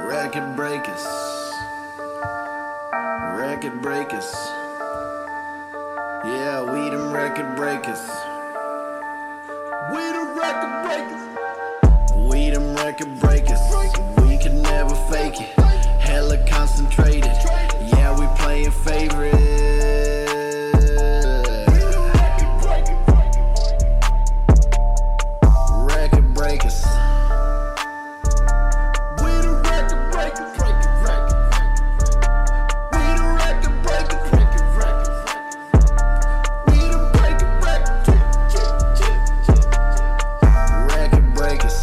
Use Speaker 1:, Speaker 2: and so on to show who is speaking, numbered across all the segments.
Speaker 1: Record breakers. Record breakers. Yeah, we them record breakers. We them record breakers. We them record breakers. We can never fake it. Hella concentrated. Yeah, we playing favorites. Record breakers. We the record breakers. We the record breakers. We the record breakers. Record breakers.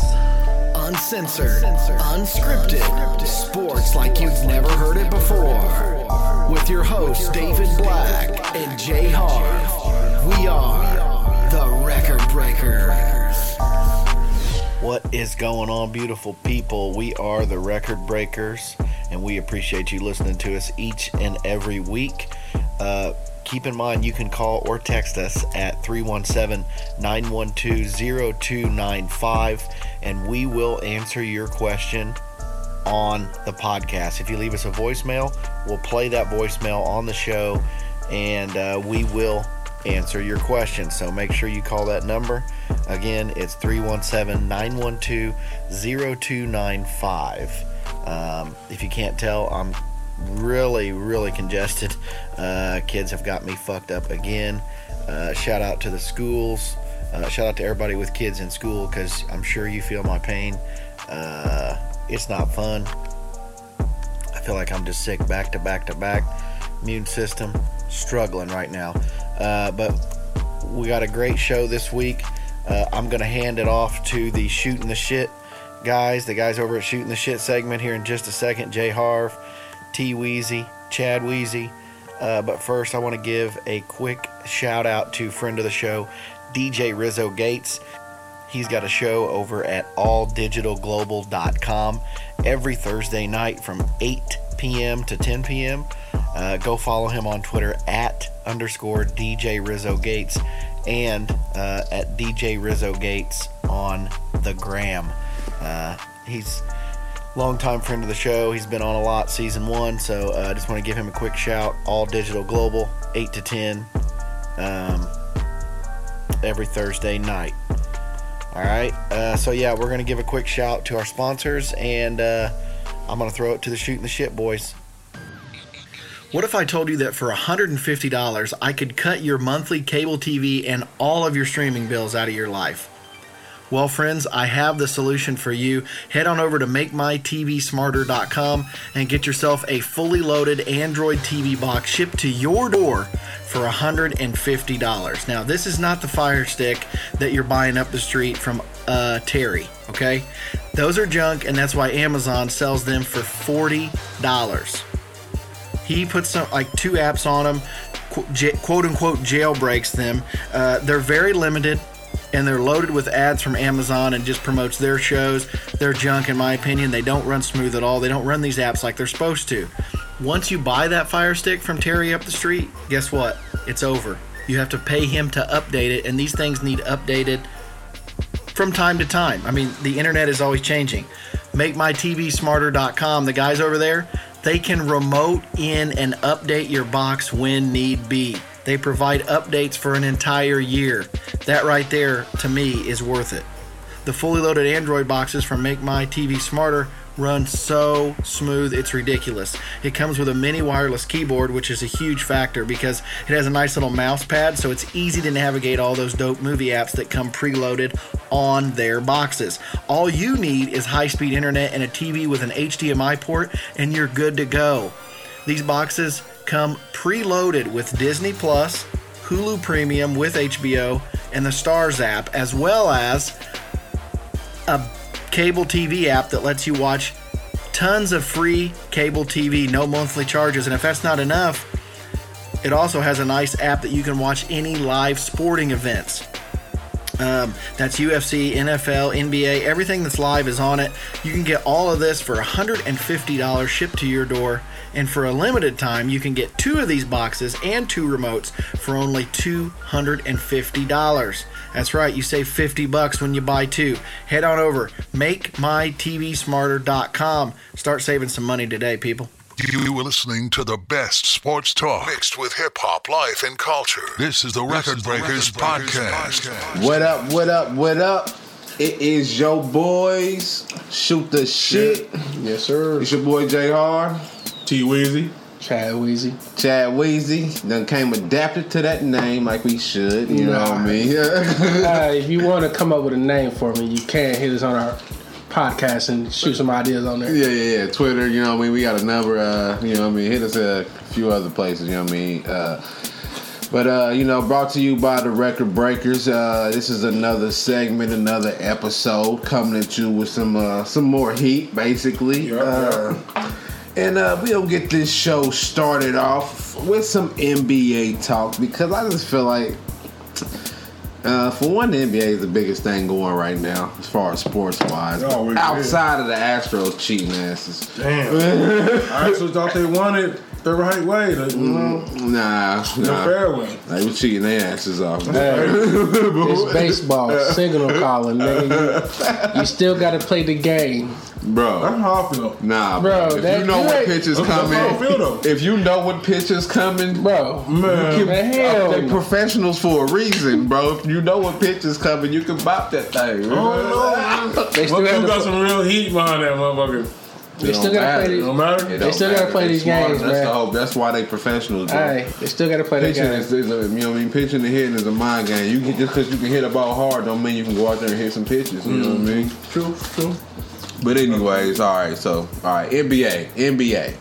Speaker 2: Uncensored, unscripted, sports like you've never heard it before. With your hosts, David Black and Jay Harv, we are the Record Breakers.
Speaker 1: What is going on, beautiful people? We are the Record Breakers, and we appreciate you listening to us each and every week. Uh, keep in mind, you can call or text us at 317 912 0295, and we will answer your question on the podcast. If you leave us a voicemail, we'll play that voicemail on the show and uh, we will answer your question. So make sure you call that number. Again, it's 317 912 0295. Um, If you can't tell, I'm really, really congested. Uh, kids have got me fucked up again. Uh, shout out to the schools. Uh, shout out to everybody with kids in school because I'm sure you feel my pain. Uh, it's not fun. I feel like I'm just sick back to back to back. Immune system struggling right now. Uh, but we got a great show this week. Uh, I'm going to hand it off to the Shooting the Shit guys, the guys over at Shooting the Shit segment here in just a second. Jay Harv, T Wheezy, Chad Wheezy. Uh, but first, I want to give a quick shout out to friend of the show, DJ Rizzo Gates. He's got a show over at alldigitalglobal.com every Thursday night from 8 p.m. to 10 p.m. Uh, go follow him on Twitter at underscore DJ Rizzo Gates and uh, at DJ Rizzo Gates on the gram. Uh, he's longtime friend of the show. He's been on a lot, season one. So I uh, just want to give him a quick shout. All Digital Global, 8 to 10, um, every Thursday night. All right. Uh, so yeah, we're gonna give a quick shout to our sponsors, and uh, I'm gonna throw it to the shooting the shit boys. What if I told you that for $150 I could cut your monthly cable TV and all of your streaming bills out of your life? Well, friends, I have the solution for you. Head on over to makemytvsmarter.com and get yourself a fully loaded Android TV box shipped to your door for $150. Now, this is not the fire stick that you're buying up the street from uh, Terry, okay? Those are junk, and that's why Amazon sells them for $40 he puts some like two apps on them qu- j- quote unquote jailbreaks them uh, they're very limited and they're loaded with ads from amazon and just promotes their shows they're junk in my opinion they don't run smooth at all they don't run these apps like they're supposed to once you buy that fire stick from terry up the street guess what it's over you have to pay him to update it and these things need updated from time to time. I mean, the internet is always changing. MakeMyTVSmarter.com, the guys over there, they can remote in and update your box when need be. They provide updates for an entire year. That right there, to me, is worth it. The fully loaded Android boxes from Make My TV Smarter run so smooth, it's ridiculous. It comes with a mini wireless keyboard, which is a huge factor because it has a nice little mouse pad, so it's easy to navigate all those dope movie apps that come preloaded on their boxes. All you need is high speed internet and a TV with an HDMI port, and you're good to go. These boxes come preloaded with Disney Plus, Hulu Premium with HBO, and the Stars app, as well as cable TV app that lets you watch tons of free cable TV, no monthly charges. And if that's not enough, it also has a nice app that you can watch any live sporting events. Um, that's UFC, NFL, NBA, everything that's live is on it. You can get all of this for $150 shipped to your door. And for a limited time, you can get two of these boxes and two remotes for only $250. That's right, you save 50 bucks when you buy two. Head on over, makemytvsmarter.com. Start saving some money today, people.
Speaker 3: You were listening to the best sports talk mixed with hip hop, life, and culture. This is the Record Breakers, podcast.
Speaker 4: What up, what up, what up? It is your boys. Shoot the shit.
Speaker 5: Yes, sir.
Speaker 4: It's your boy JR.
Speaker 5: T Weezy.
Speaker 6: Chad Wheezy.
Speaker 4: Chad Weezy. Done came adapted to that name like we should. You know what I mean?
Speaker 6: Uh, if you want to come up with a name for me, you can hit us on our podcast and shoot some ideas on there.
Speaker 4: Yeah, yeah, yeah. Twitter, you know what I mean? We got a number, uh, you know what I mean? Hit us at a few other places, you know what I mean? Uh, but, uh, you know, brought to you by the Record Breakers. Uh, this is another segment, another episode coming at you with some uh, some more heat, basically. Uh, and uh, we'll get this show started off with some NBA talk because I just feel like, uh, for one, the NBA is the biggest thing going right now as far as sports wise.
Speaker 5: It always is.
Speaker 4: Outside of the Astros cheating asses.
Speaker 5: Damn. I actually thought they won it the right way. Like,
Speaker 6: Mm-hmm.
Speaker 4: Nah,
Speaker 5: The
Speaker 4: nah.
Speaker 5: fair way.
Speaker 4: They were cheating their asses off.
Speaker 6: It's baseball, signal calling, nigga. You, you still got to play the game.
Speaker 5: That's
Speaker 4: Bro.
Speaker 5: how I feel.
Speaker 4: Nah,
Speaker 6: Bro,
Speaker 4: bro. If
Speaker 6: that-
Speaker 4: you know
Speaker 6: you
Speaker 4: what
Speaker 6: ain't-
Speaker 4: pitch is
Speaker 5: That's how I feel,
Speaker 4: coming,
Speaker 5: though.
Speaker 4: if you know what pitch is coming,
Speaker 6: Bro,
Speaker 5: Man.
Speaker 6: the hell.
Speaker 4: They professionals for a reason, bro. If you know what pitch is coming, you can bop that thing.
Speaker 5: Oh, no.
Speaker 6: They
Speaker 5: But
Speaker 6: still
Speaker 5: you
Speaker 6: got
Speaker 5: got
Speaker 6: to
Speaker 5: some real heat behind that motherfucker.
Speaker 6: they still gotta play
Speaker 5: It
Speaker 6: the,
Speaker 5: don't
Speaker 4: It
Speaker 5: matter.
Speaker 4: don't
Speaker 6: still gotta
Speaker 4: matter.
Speaker 6: play
Speaker 4: They
Speaker 6: these
Speaker 4: smarter.
Speaker 6: games,
Speaker 4: That's
Speaker 6: man.
Speaker 4: the whole. That's why they professionals. Bro.
Speaker 6: hey, they still got to play the
Speaker 4: Pitching
Speaker 6: game.
Speaker 4: is, is a, you know what I mean. Pitching and hitting is a mind game. You can, just because you can hit a ball hard, don't mean you can go out there and hit some pitches. You
Speaker 6: Mm.
Speaker 4: know what I mean?
Speaker 5: True, true.
Speaker 4: But anyways, all right. So all right, NBA, NBA.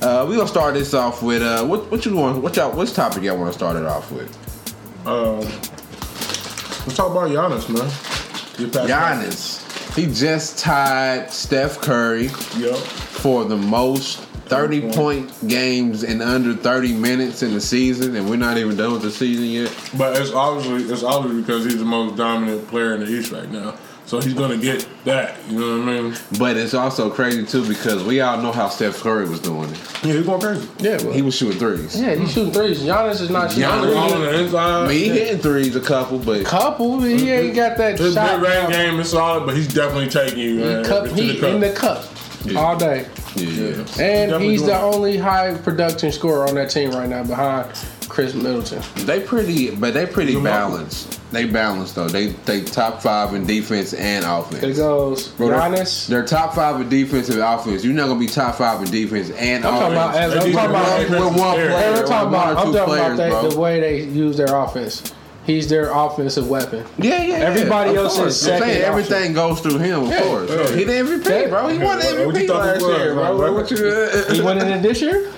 Speaker 4: Uh, we gonna start this off with uh, what what you want? What y'all? What's topic y'all want to start it off with?
Speaker 5: Um, let's talk about Giannis, man. Get past
Speaker 4: Giannis. He just tied Steph Curry
Speaker 5: that. Yup.
Speaker 4: for the most 30 point games in under 30 minutes in the season, and we're not even done with the season yet.
Speaker 5: But it's obviously it's obviously because he's the most dominant player in the East right now. So he's gonna get that. You know what I mean?
Speaker 4: But it's also crazy too because we all know how Steph Curry was doing it.
Speaker 5: Yeah, he's going crazy.
Speaker 6: Yeah, well,
Speaker 4: He was shooting threes.
Speaker 6: yeah, he's shooting threes. Giannis is not shooting
Speaker 4: Giannis-
Speaker 5: All
Speaker 6: threes.
Speaker 5: on the inside.
Speaker 4: I mean, he hitting threes a couple, but
Speaker 6: Couple, he ain't got that
Speaker 5: Mm-hmm. His
Speaker 6: shot.
Speaker 5: big range
Speaker 6: now.
Speaker 5: game is solid, but he's definitely taking you
Speaker 6: He
Speaker 5: man,
Speaker 6: cup,
Speaker 5: to
Speaker 6: he
Speaker 5: the cup.
Speaker 6: in the cup
Speaker 4: Yeah.
Speaker 6: all day.
Speaker 4: yeah.
Speaker 6: And
Speaker 5: Definitely
Speaker 6: he's the
Speaker 5: doing
Speaker 6: only high production scorer on that team right now behind Chris Middleton.
Speaker 4: They pretty, but they pretty
Speaker 5: He's a monster.
Speaker 4: balanced. They balanced though. They they top five in defense and offense.
Speaker 6: It goes
Speaker 4: Bro, they're-
Speaker 6: Giannis.
Speaker 4: They're, top five in defense and offense. You're not gonna be top five in defense and
Speaker 6: I'm talking about
Speaker 4: offense.
Speaker 6: as
Speaker 5: They
Speaker 6: I'm
Speaker 5: do
Speaker 6: talking about
Speaker 5: that.
Speaker 4: with one
Speaker 5: Hey, we're
Speaker 4: player,
Speaker 6: Hey, we're
Speaker 4: or
Speaker 6: talking
Speaker 4: one or
Speaker 6: about, I'm
Speaker 4: two
Speaker 6: talking about
Speaker 4: players,
Speaker 6: that,
Speaker 4: bro.
Speaker 6: the way they use their offense. He's their offensive weapon.
Speaker 4: Yeah, yeah.
Speaker 6: Everybody
Speaker 4: of
Speaker 6: else is
Speaker 4: course. I'm
Speaker 6: second
Speaker 4: saying
Speaker 6: option.
Speaker 4: everything goes through him, of
Speaker 6: Yeah,
Speaker 4: course.
Speaker 5: yeah.
Speaker 4: He the MVP,
Speaker 6: Yeah.
Speaker 4: bro. He won the
Speaker 5: What you
Speaker 4: MVP
Speaker 5: thought he
Speaker 4: last
Speaker 5: was,
Speaker 4: year, bro.
Speaker 5: bro?
Speaker 4: What you?
Speaker 6: He winning it this year?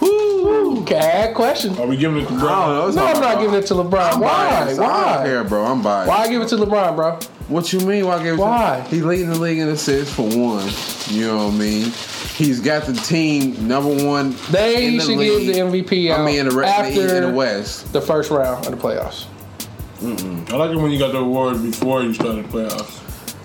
Speaker 6: Woo! Bad question.
Speaker 5: Are we giving it to
Speaker 4: I don't
Speaker 5: Brown?
Speaker 4: know. It's
Speaker 6: No,
Speaker 4: all
Speaker 6: I'm not
Speaker 4: about-
Speaker 6: giving it to LeBron.
Speaker 4: I'm
Speaker 6: Why?
Speaker 4: biased. I don't
Speaker 6: Why?
Speaker 4: care, bro. I'm biased.
Speaker 6: Why give it to LeBron, bro?
Speaker 4: What you mean? Why give it? to-
Speaker 6: Why?
Speaker 4: He leading the league in assists for one. You know what I mean? He's got the team number one.
Speaker 6: They
Speaker 4: in the
Speaker 6: should
Speaker 4: league.
Speaker 6: give the MVP out
Speaker 4: I mean, in the, re- in the,
Speaker 6: after
Speaker 4: East and the West.
Speaker 6: the first round of the playoffs.
Speaker 5: I like it when you got the award before you started the playoffs.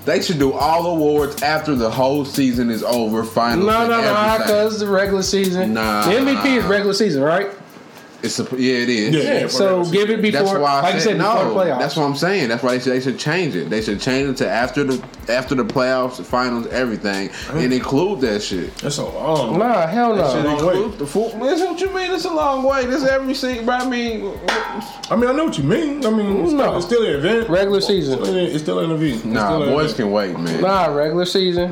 Speaker 4: They should do all awards after the whole season is over. Finals.
Speaker 6: No,
Speaker 4: and
Speaker 6: no, no,
Speaker 4: everything.
Speaker 6: because the regular season.
Speaker 4: Nah.
Speaker 6: The MVP is regular season, right?
Speaker 4: it's a, yeah, it is.
Speaker 5: Yeah. for
Speaker 6: so
Speaker 5: regular
Speaker 6: give it before,
Speaker 4: That's why I
Speaker 6: like I
Speaker 4: said
Speaker 6: said,
Speaker 4: no.
Speaker 6: before the playoffs.
Speaker 4: That's what I'm saying. That's why they should, they should change it. They should change it to after the after the playoffs, finals, everything, and include that shit.
Speaker 5: That's Oh. so long.
Speaker 6: Nah, hell
Speaker 4: Should
Speaker 6: no.
Speaker 5: long
Speaker 4: include
Speaker 5: way.
Speaker 4: the full. That's what you mean. It's a long way. This every single. I mean,
Speaker 5: I mean, I know what you mean. I mean, it's,
Speaker 6: No.
Speaker 5: it's still an event.
Speaker 6: Regular season.
Speaker 5: It's still an- It's still an event. It's
Speaker 4: nah,
Speaker 5: still an
Speaker 4: boys
Speaker 5: event.
Speaker 4: can wait, man. Nah.
Speaker 6: Nah, regular season.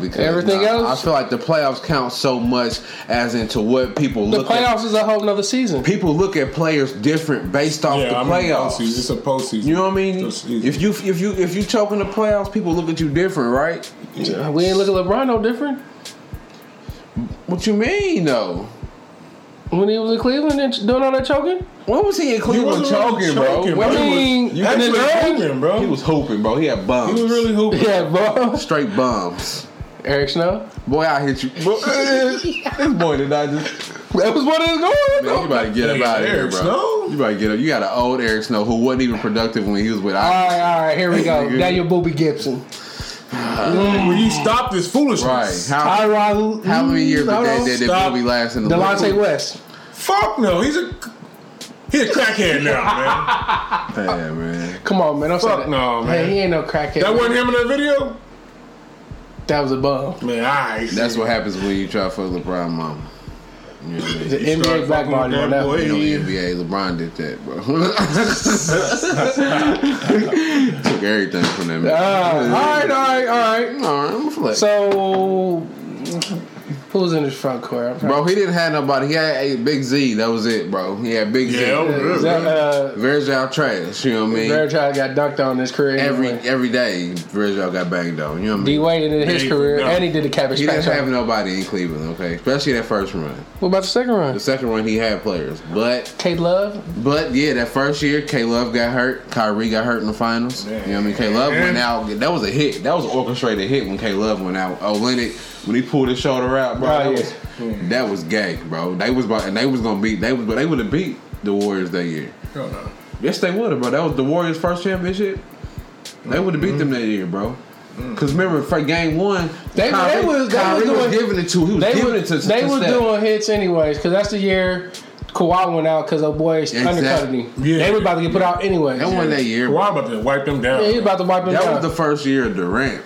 Speaker 4: because
Speaker 6: Everything
Speaker 4: nah,
Speaker 6: else?
Speaker 4: I feel like the playoffs count so much as into what people
Speaker 6: the
Speaker 4: look at.
Speaker 6: playoffs is a whole nother season.
Speaker 4: People look at players different based off
Speaker 5: Yeah,
Speaker 4: the
Speaker 5: I mean,
Speaker 4: playoffs.
Speaker 5: postseason. It's a postseason.
Speaker 4: you know what I mean?
Speaker 5: It's a season.
Speaker 4: If you if you if you choke in the playoffs, people look at you different, right?
Speaker 6: We ain't look at LeBron no different.
Speaker 4: What you mean though?
Speaker 6: When he was in Cleveland and doing all that choking?
Speaker 4: When was he in Cleveland
Speaker 5: wasn't really
Speaker 4: choking, bro?
Speaker 5: choking,
Speaker 4: When
Speaker 5: bro.
Speaker 6: I
Speaker 4: he-
Speaker 6: mean,
Speaker 5: you
Speaker 6: in
Speaker 5: actually
Speaker 6: the game?
Speaker 5: hooping, bro.
Speaker 4: He was hooping, bro. He had bums.
Speaker 5: He was really hooping.
Speaker 6: Yeah, bro.
Speaker 4: straight bums.
Speaker 6: Eric Snow.
Speaker 4: Boy, I hit you. Boy, this boy did not just.
Speaker 6: That was what is going
Speaker 4: Man, you
Speaker 6: on.
Speaker 4: about to get up
Speaker 5: Nigga,
Speaker 4: out of here,
Speaker 5: Eric
Speaker 4: bro.
Speaker 5: Snow?
Speaker 4: You about to get up. You got an old Eric Snow who wasn't even productive when he was with
Speaker 6: All
Speaker 4: I.
Speaker 6: right, all right, here we go. now your Booby Gibson.
Speaker 5: Will you stop this foolishness?
Speaker 4: Right. How,
Speaker 6: Tyron.
Speaker 4: how many years
Speaker 6: hold
Speaker 4: did
Speaker 6: on.
Speaker 4: that, did that
Speaker 5: Stop.
Speaker 4: movie last in the
Speaker 6: Delonte
Speaker 4: league?
Speaker 6: West.
Speaker 5: Fuck no. He's a. He a crackhead now, man.
Speaker 4: Damn, man.
Speaker 6: Come on, man. Don't say
Speaker 5: Fuck
Speaker 6: that.
Speaker 5: no,
Speaker 6: Hey,
Speaker 5: man.
Speaker 6: he ain't no crackhead.
Speaker 5: That wasn't him in that video?
Speaker 6: That was a bum.
Speaker 5: Man, alright.
Speaker 4: That's what happens when you try to fuck LeBron mama. You know what I mean?
Speaker 6: The NBA
Speaker 5: start
Speaker 6: black
Speaker 5: fucking with
Speaker 6: body on
Speaker 5: that
Speaker 6: that one.
Speaker 5: boy.
Speaker 4: You know, NBA, LeBron did that, bro. Took everything from that man.
Speaker 6: Ah,
Speaker 4: all right, all right, all right. All right, I'm a flex.
Speaker 6: So, who's in his front court? I'm trying-
Speaker 4: bro, he didn't have nobody. He had a Big Z. That was it, bro. He had Big
Speaker 5: Yeah,
Speaker 4: Z.
Speaker 5: that was
Speaker 6: Is that, uh,
Speaker 4: Virgil trash. You know what I mean?
Speaker 6: Fairchild got dunked on his career.
Speaker 4: every
Speaker 6: anyway.
Speaker 4: every day, Virgil got banged on. You know what I
Speaker 6: D
Speaker 4: mean?
Speaker 6: Wade did his
Speaker 5: Yeah,
Speaker 6: career,
Speaker 5: no.
Speaker 6: and he did the cabbage
Speaker 4: He didn't
Speaker 6: patch.
Speaker 4: have nobody in Cleveland, okay? Especially that first run.
Speaker 6: what about the second
Speaker 4: The
Speaker 6: round?
Speaker 4: second run, he had players, but
Speaker 6: K Love.
Speaker 4: But yeah, that first year, K Love got hurt. Kyrie got hurt in the finals. You know what I mean? K Love went out. That was a hit. That was an orchestrated hit when K Love went out. Oh, Leonard, when he pulled his shoulder out, bro,
Speaker 6: Oh,
Speaker 4: that,
Speaker 6: yeah.
Speaker 4: was, that was gay, bro. They was about, and they was gonna beat. They was, but they would have beat the Warriors that year.
Speaker 5: Hell no.
Speaker 4: Yes, they would have, bro. That was the Warriors' first championship. They would have beat them that year, bro. Cause remember, for game one,
Speaker 6: Mm. They- they
Speaker 4: Kyrie,
Speaker 6: was- they
Speaker 4: Kyrie
Speaker 6: was
Speaker 4: was,
Speaker 6: doing-
Speaker 4: giving it to. He was
Speaker 6: They
Speaker 4: giving
Speaker 6: were,
Speaker 4: it to.
Speaker 6: they
Speaker 4: to
Speaker 6: were
Speaker 4: Steph.
Speaker 6: doing hits anyways, because that's the year Kawhi went out because old boy
Speaker 4: Exactly.
Speaker 6: undercutted him.
Speaker 5: Yeah.
Speaker 6: They were about to get put out anyway.
Speaker 4: That one that year, bro.
Speaker 5: Why about to wipe them down?
Speaker 6: Yeah, he about to wipe him
Speaker 4: That
Speaker 6: down.
Speaker 4: was the first year of Durant.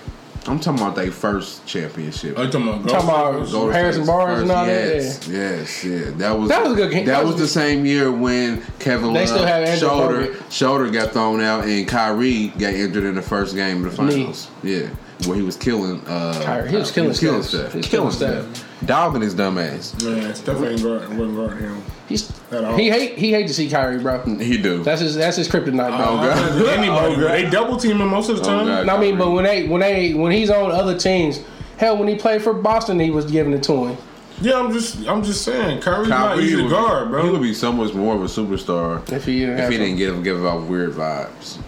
Speaker 4: I'm talking about their first championship.
Speaker 5: Oh, you talking about
Speaker 6: Talking about-
Speaker 5: Ghostbusters?
Speaker 4: Golden
Speaker 6: Harrison
Speaker 4: State's
Speaker 6: Barnes and all that,
Speaker 4: Yes, yes, yeah. That was
Speaker 6: That was a good game.
Speaker 4: That,
Speaker 6: That
Speaker 4: was,
Speaker 6: was
Speaker 4: the same year when Kevin
Speaker 6: They
Speaker 4: Love
Speaker 6: still had Andrew
Speaker 4: shoulder
Speaker 6: Bogut.
Speaker 4: shoulder got thrown out and Kyrie got injured in the first game of the
Speaker 6: Knee.
Speaker 4: finals. Yeah, where he was killing. Uh,
Speaker 6: Kyrie. He was killing Steph.
Speaker 4: stuff.
Speaker 6: He was
Speaker 4: killing
Speaker 6: killing
Speaker 4: stuff. Dogging his dumb ass.
Speaker 5: Man, Steph ain't guard, wasn't guarding him.
Speaker 6: He's,
Speaker 5: At all.
Speaker 6: he hate he hate to see Kyrie, bro.
Speaker 4: He do.
Speaker 6: That's his that's his kryptonite, bro.
Speaker 4: Oh, God.
Speaker 5: Anybody,
Speaker 4: Oh,
Speaker 5: bro.
Speaker 4: God.
Speaker 5: They double team him most of the
Speaker 4: Oh,
Speaker 5: time.
Speaker 4: God.
Speaker 6: No, I mean, but when they when they when he's on other teams, hell, when he played for Boston, he was giving it to him.
Speaker 5: yeah, I'm just, I'm just saying, Kyrie's not
Speaker 4: Kyrie
Speaker 5: easy to
Speaker 4: would-
Speaker 5: guard,
Speaker 4: He would
Speaker 5: bro.
Speaker 4: be so much more of a superstar
Speaker 6: If he didn't,
Speaker 4: if
Speaker 6: have
Speaker 4: he
Speaker 6: to.
Speaker 4: didn't give give off weird vibes.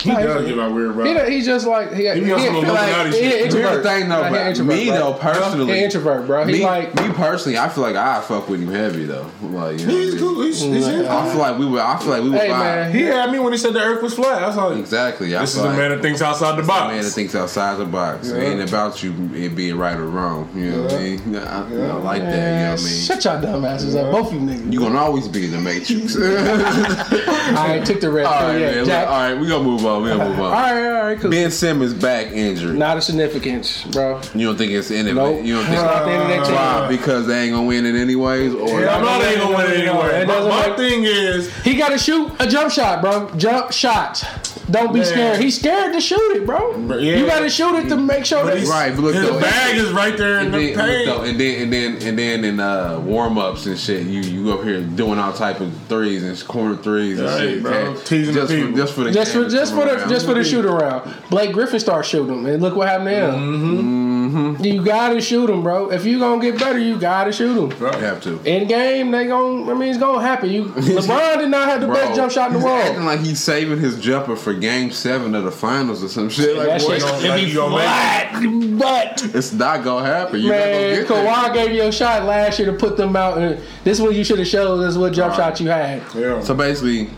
Speaker 5: He does give out weird
Speaker 6: He,
Speaker 5: vibes.
Speaker 6: don't- he's just like he, he,
Speaker 5: be on some
Speaker 6: feel
Speaker 5: Illuminati
Speaker 6: like, he
Speaker 5: shit.
Speaker 6: an introvert.
Speaker 4: Here's the thing though,
Speaker 6: Like, he an
Speaker 4: bro.
Speaker 6: introvert,
Speaker 4: me
Speaker 6: bro.
Speaker 4: though personally,
Speaker 6: He an introvert, bro. He
Speaker 4: me,
Speaker 6: like
Speaker 4: me personally, I feel like I fuck with him heavy though. Like you know
Speaker 5: He's
Speaker 4: what I mean?
Speaker 5: cool. He's, he's, he's,
Speaker 4: I feel like we were. I feel like we were.
Speaker 6: Hey,
Speaker 4: vibe.
Speaker 6: man.
Speaker 5: he had me when he said the earth was flat. I was like,
Speaker 4: Exactly. I
Speaker 5: this is
Speaker 4: feel
Speaker 5: a
Speaker 4: like
Speaker 5: man that thinks outside the
Speaker 4: a man that
Speaker 5: box.
Speaker 4: thinks outside the box. It ain't about you it being right or wrong. You know what I mean? I, I like that. You know
Speaker 6: Man,
Speaker 4: what I mean?
Speaker 6: Shut y'all dumb asses up, both you niggas.
Speaker 4: You gonna always be in the matrix. all right,
Speaker 6: I ain't took the red. pill yet,
Speaker 4: man. Look,
Speaker 6: Jack.
Speaker 4: All right, we gonna move on. We gonna move on.
Speaker 6: all right, all right, cool.
Speaker 4: Ben Simmons back injury.
Speaker 6: Not a significance, bro.
Speaker 4: You don't think it's in it?
Speaker 6: Nope.
Speaker 4: You don't think?
Speaker 6: It's not the end of that
Speaker 4: Why? Because they ain't gonna win it anyways, or
Speaker 5: Yeah, I know they ain't gonna win it anyway.
Speaker 6: It
Speaker 5: My,
Speaker 6: doesn't
Speaker 5: my
Speaker 6: make-
Speaker 5: thing is,
Speaker 6: He got to shoot a jump shot, bro. Jump shots. Don't be
Speaker 5: Man.
Speaker 6: scared. He's scared to shoot it, bro.
Speaker 5: yeah.
Speaker 6: You got to shoot it to make sure
Speaker 5: but
Speaker 6: that
Speaker 5: he's,
Speaker 4: Right, but look
Speaker 5: his
Speaker 4: though,
Speaker 5: bag is right there in
Speaker 4: And
Speaker 5: the
Speaker 4: then, look though,
Speaker 5: paint.
Speaker 4: and then and then and then in uh, warm ups and shit, you you up here doing all type of threes and corner threes and
Speaker 5: Right,
Speaker 4: shit,
Speaker 5: bro.
Speaker 4: man.
Speaker 5: Teasing
Speaker 4: just
Speaker 5: the
Speaker 4: for,
Speaker 5: people.
Speaker 4: just for the
Speaker 6: Just for
Speaker 4: camera
Speaker 6: just
Speaker 4: to
Speaker 6: for
Speaker 4: come
Speaker 6: the
Speaker 4: around.
Speaker 6: just for
Speaker 5: Mm-hmm.
Speaker 6: the shoot around. Blake Griffin started shooting him, and look what happened to him. Mm-hmm. You gotta shoot him, bro. If you gonna get better, you gotta shoot him.
Speaker 5: Bro,
Speaker 4: You have to.
Speaker 6: In game, they gon' I mean, it's gonna happen. You LeBron did not have the
Speaker 4: Bro,
Speaker 6: best jump shot in the
Speaker 4: he's Acting
Speaker 6: world.
Speaker 4: like he's saving his jumper for Game Seven of the Finals or some shit. Like,
Speaker 6: That
Speaker 4: boy,
Speaker 6: shit
Speaker 5: don't
Speaker 6: it
Speaker 5: like
Speaker 6: be
Speaker 5: you gonna make
Speaker 6: flat, but
Speaker 4: it's not gonna happen. You're
Speaker 6: man,
Speaker 4: not gonna get
Speaker 6: Kawhi gave you a shot last year to put them out, and this one you should have showed us what jump shot you had.
Speaker 5: Yeah.
Speaker 4: that. So basically,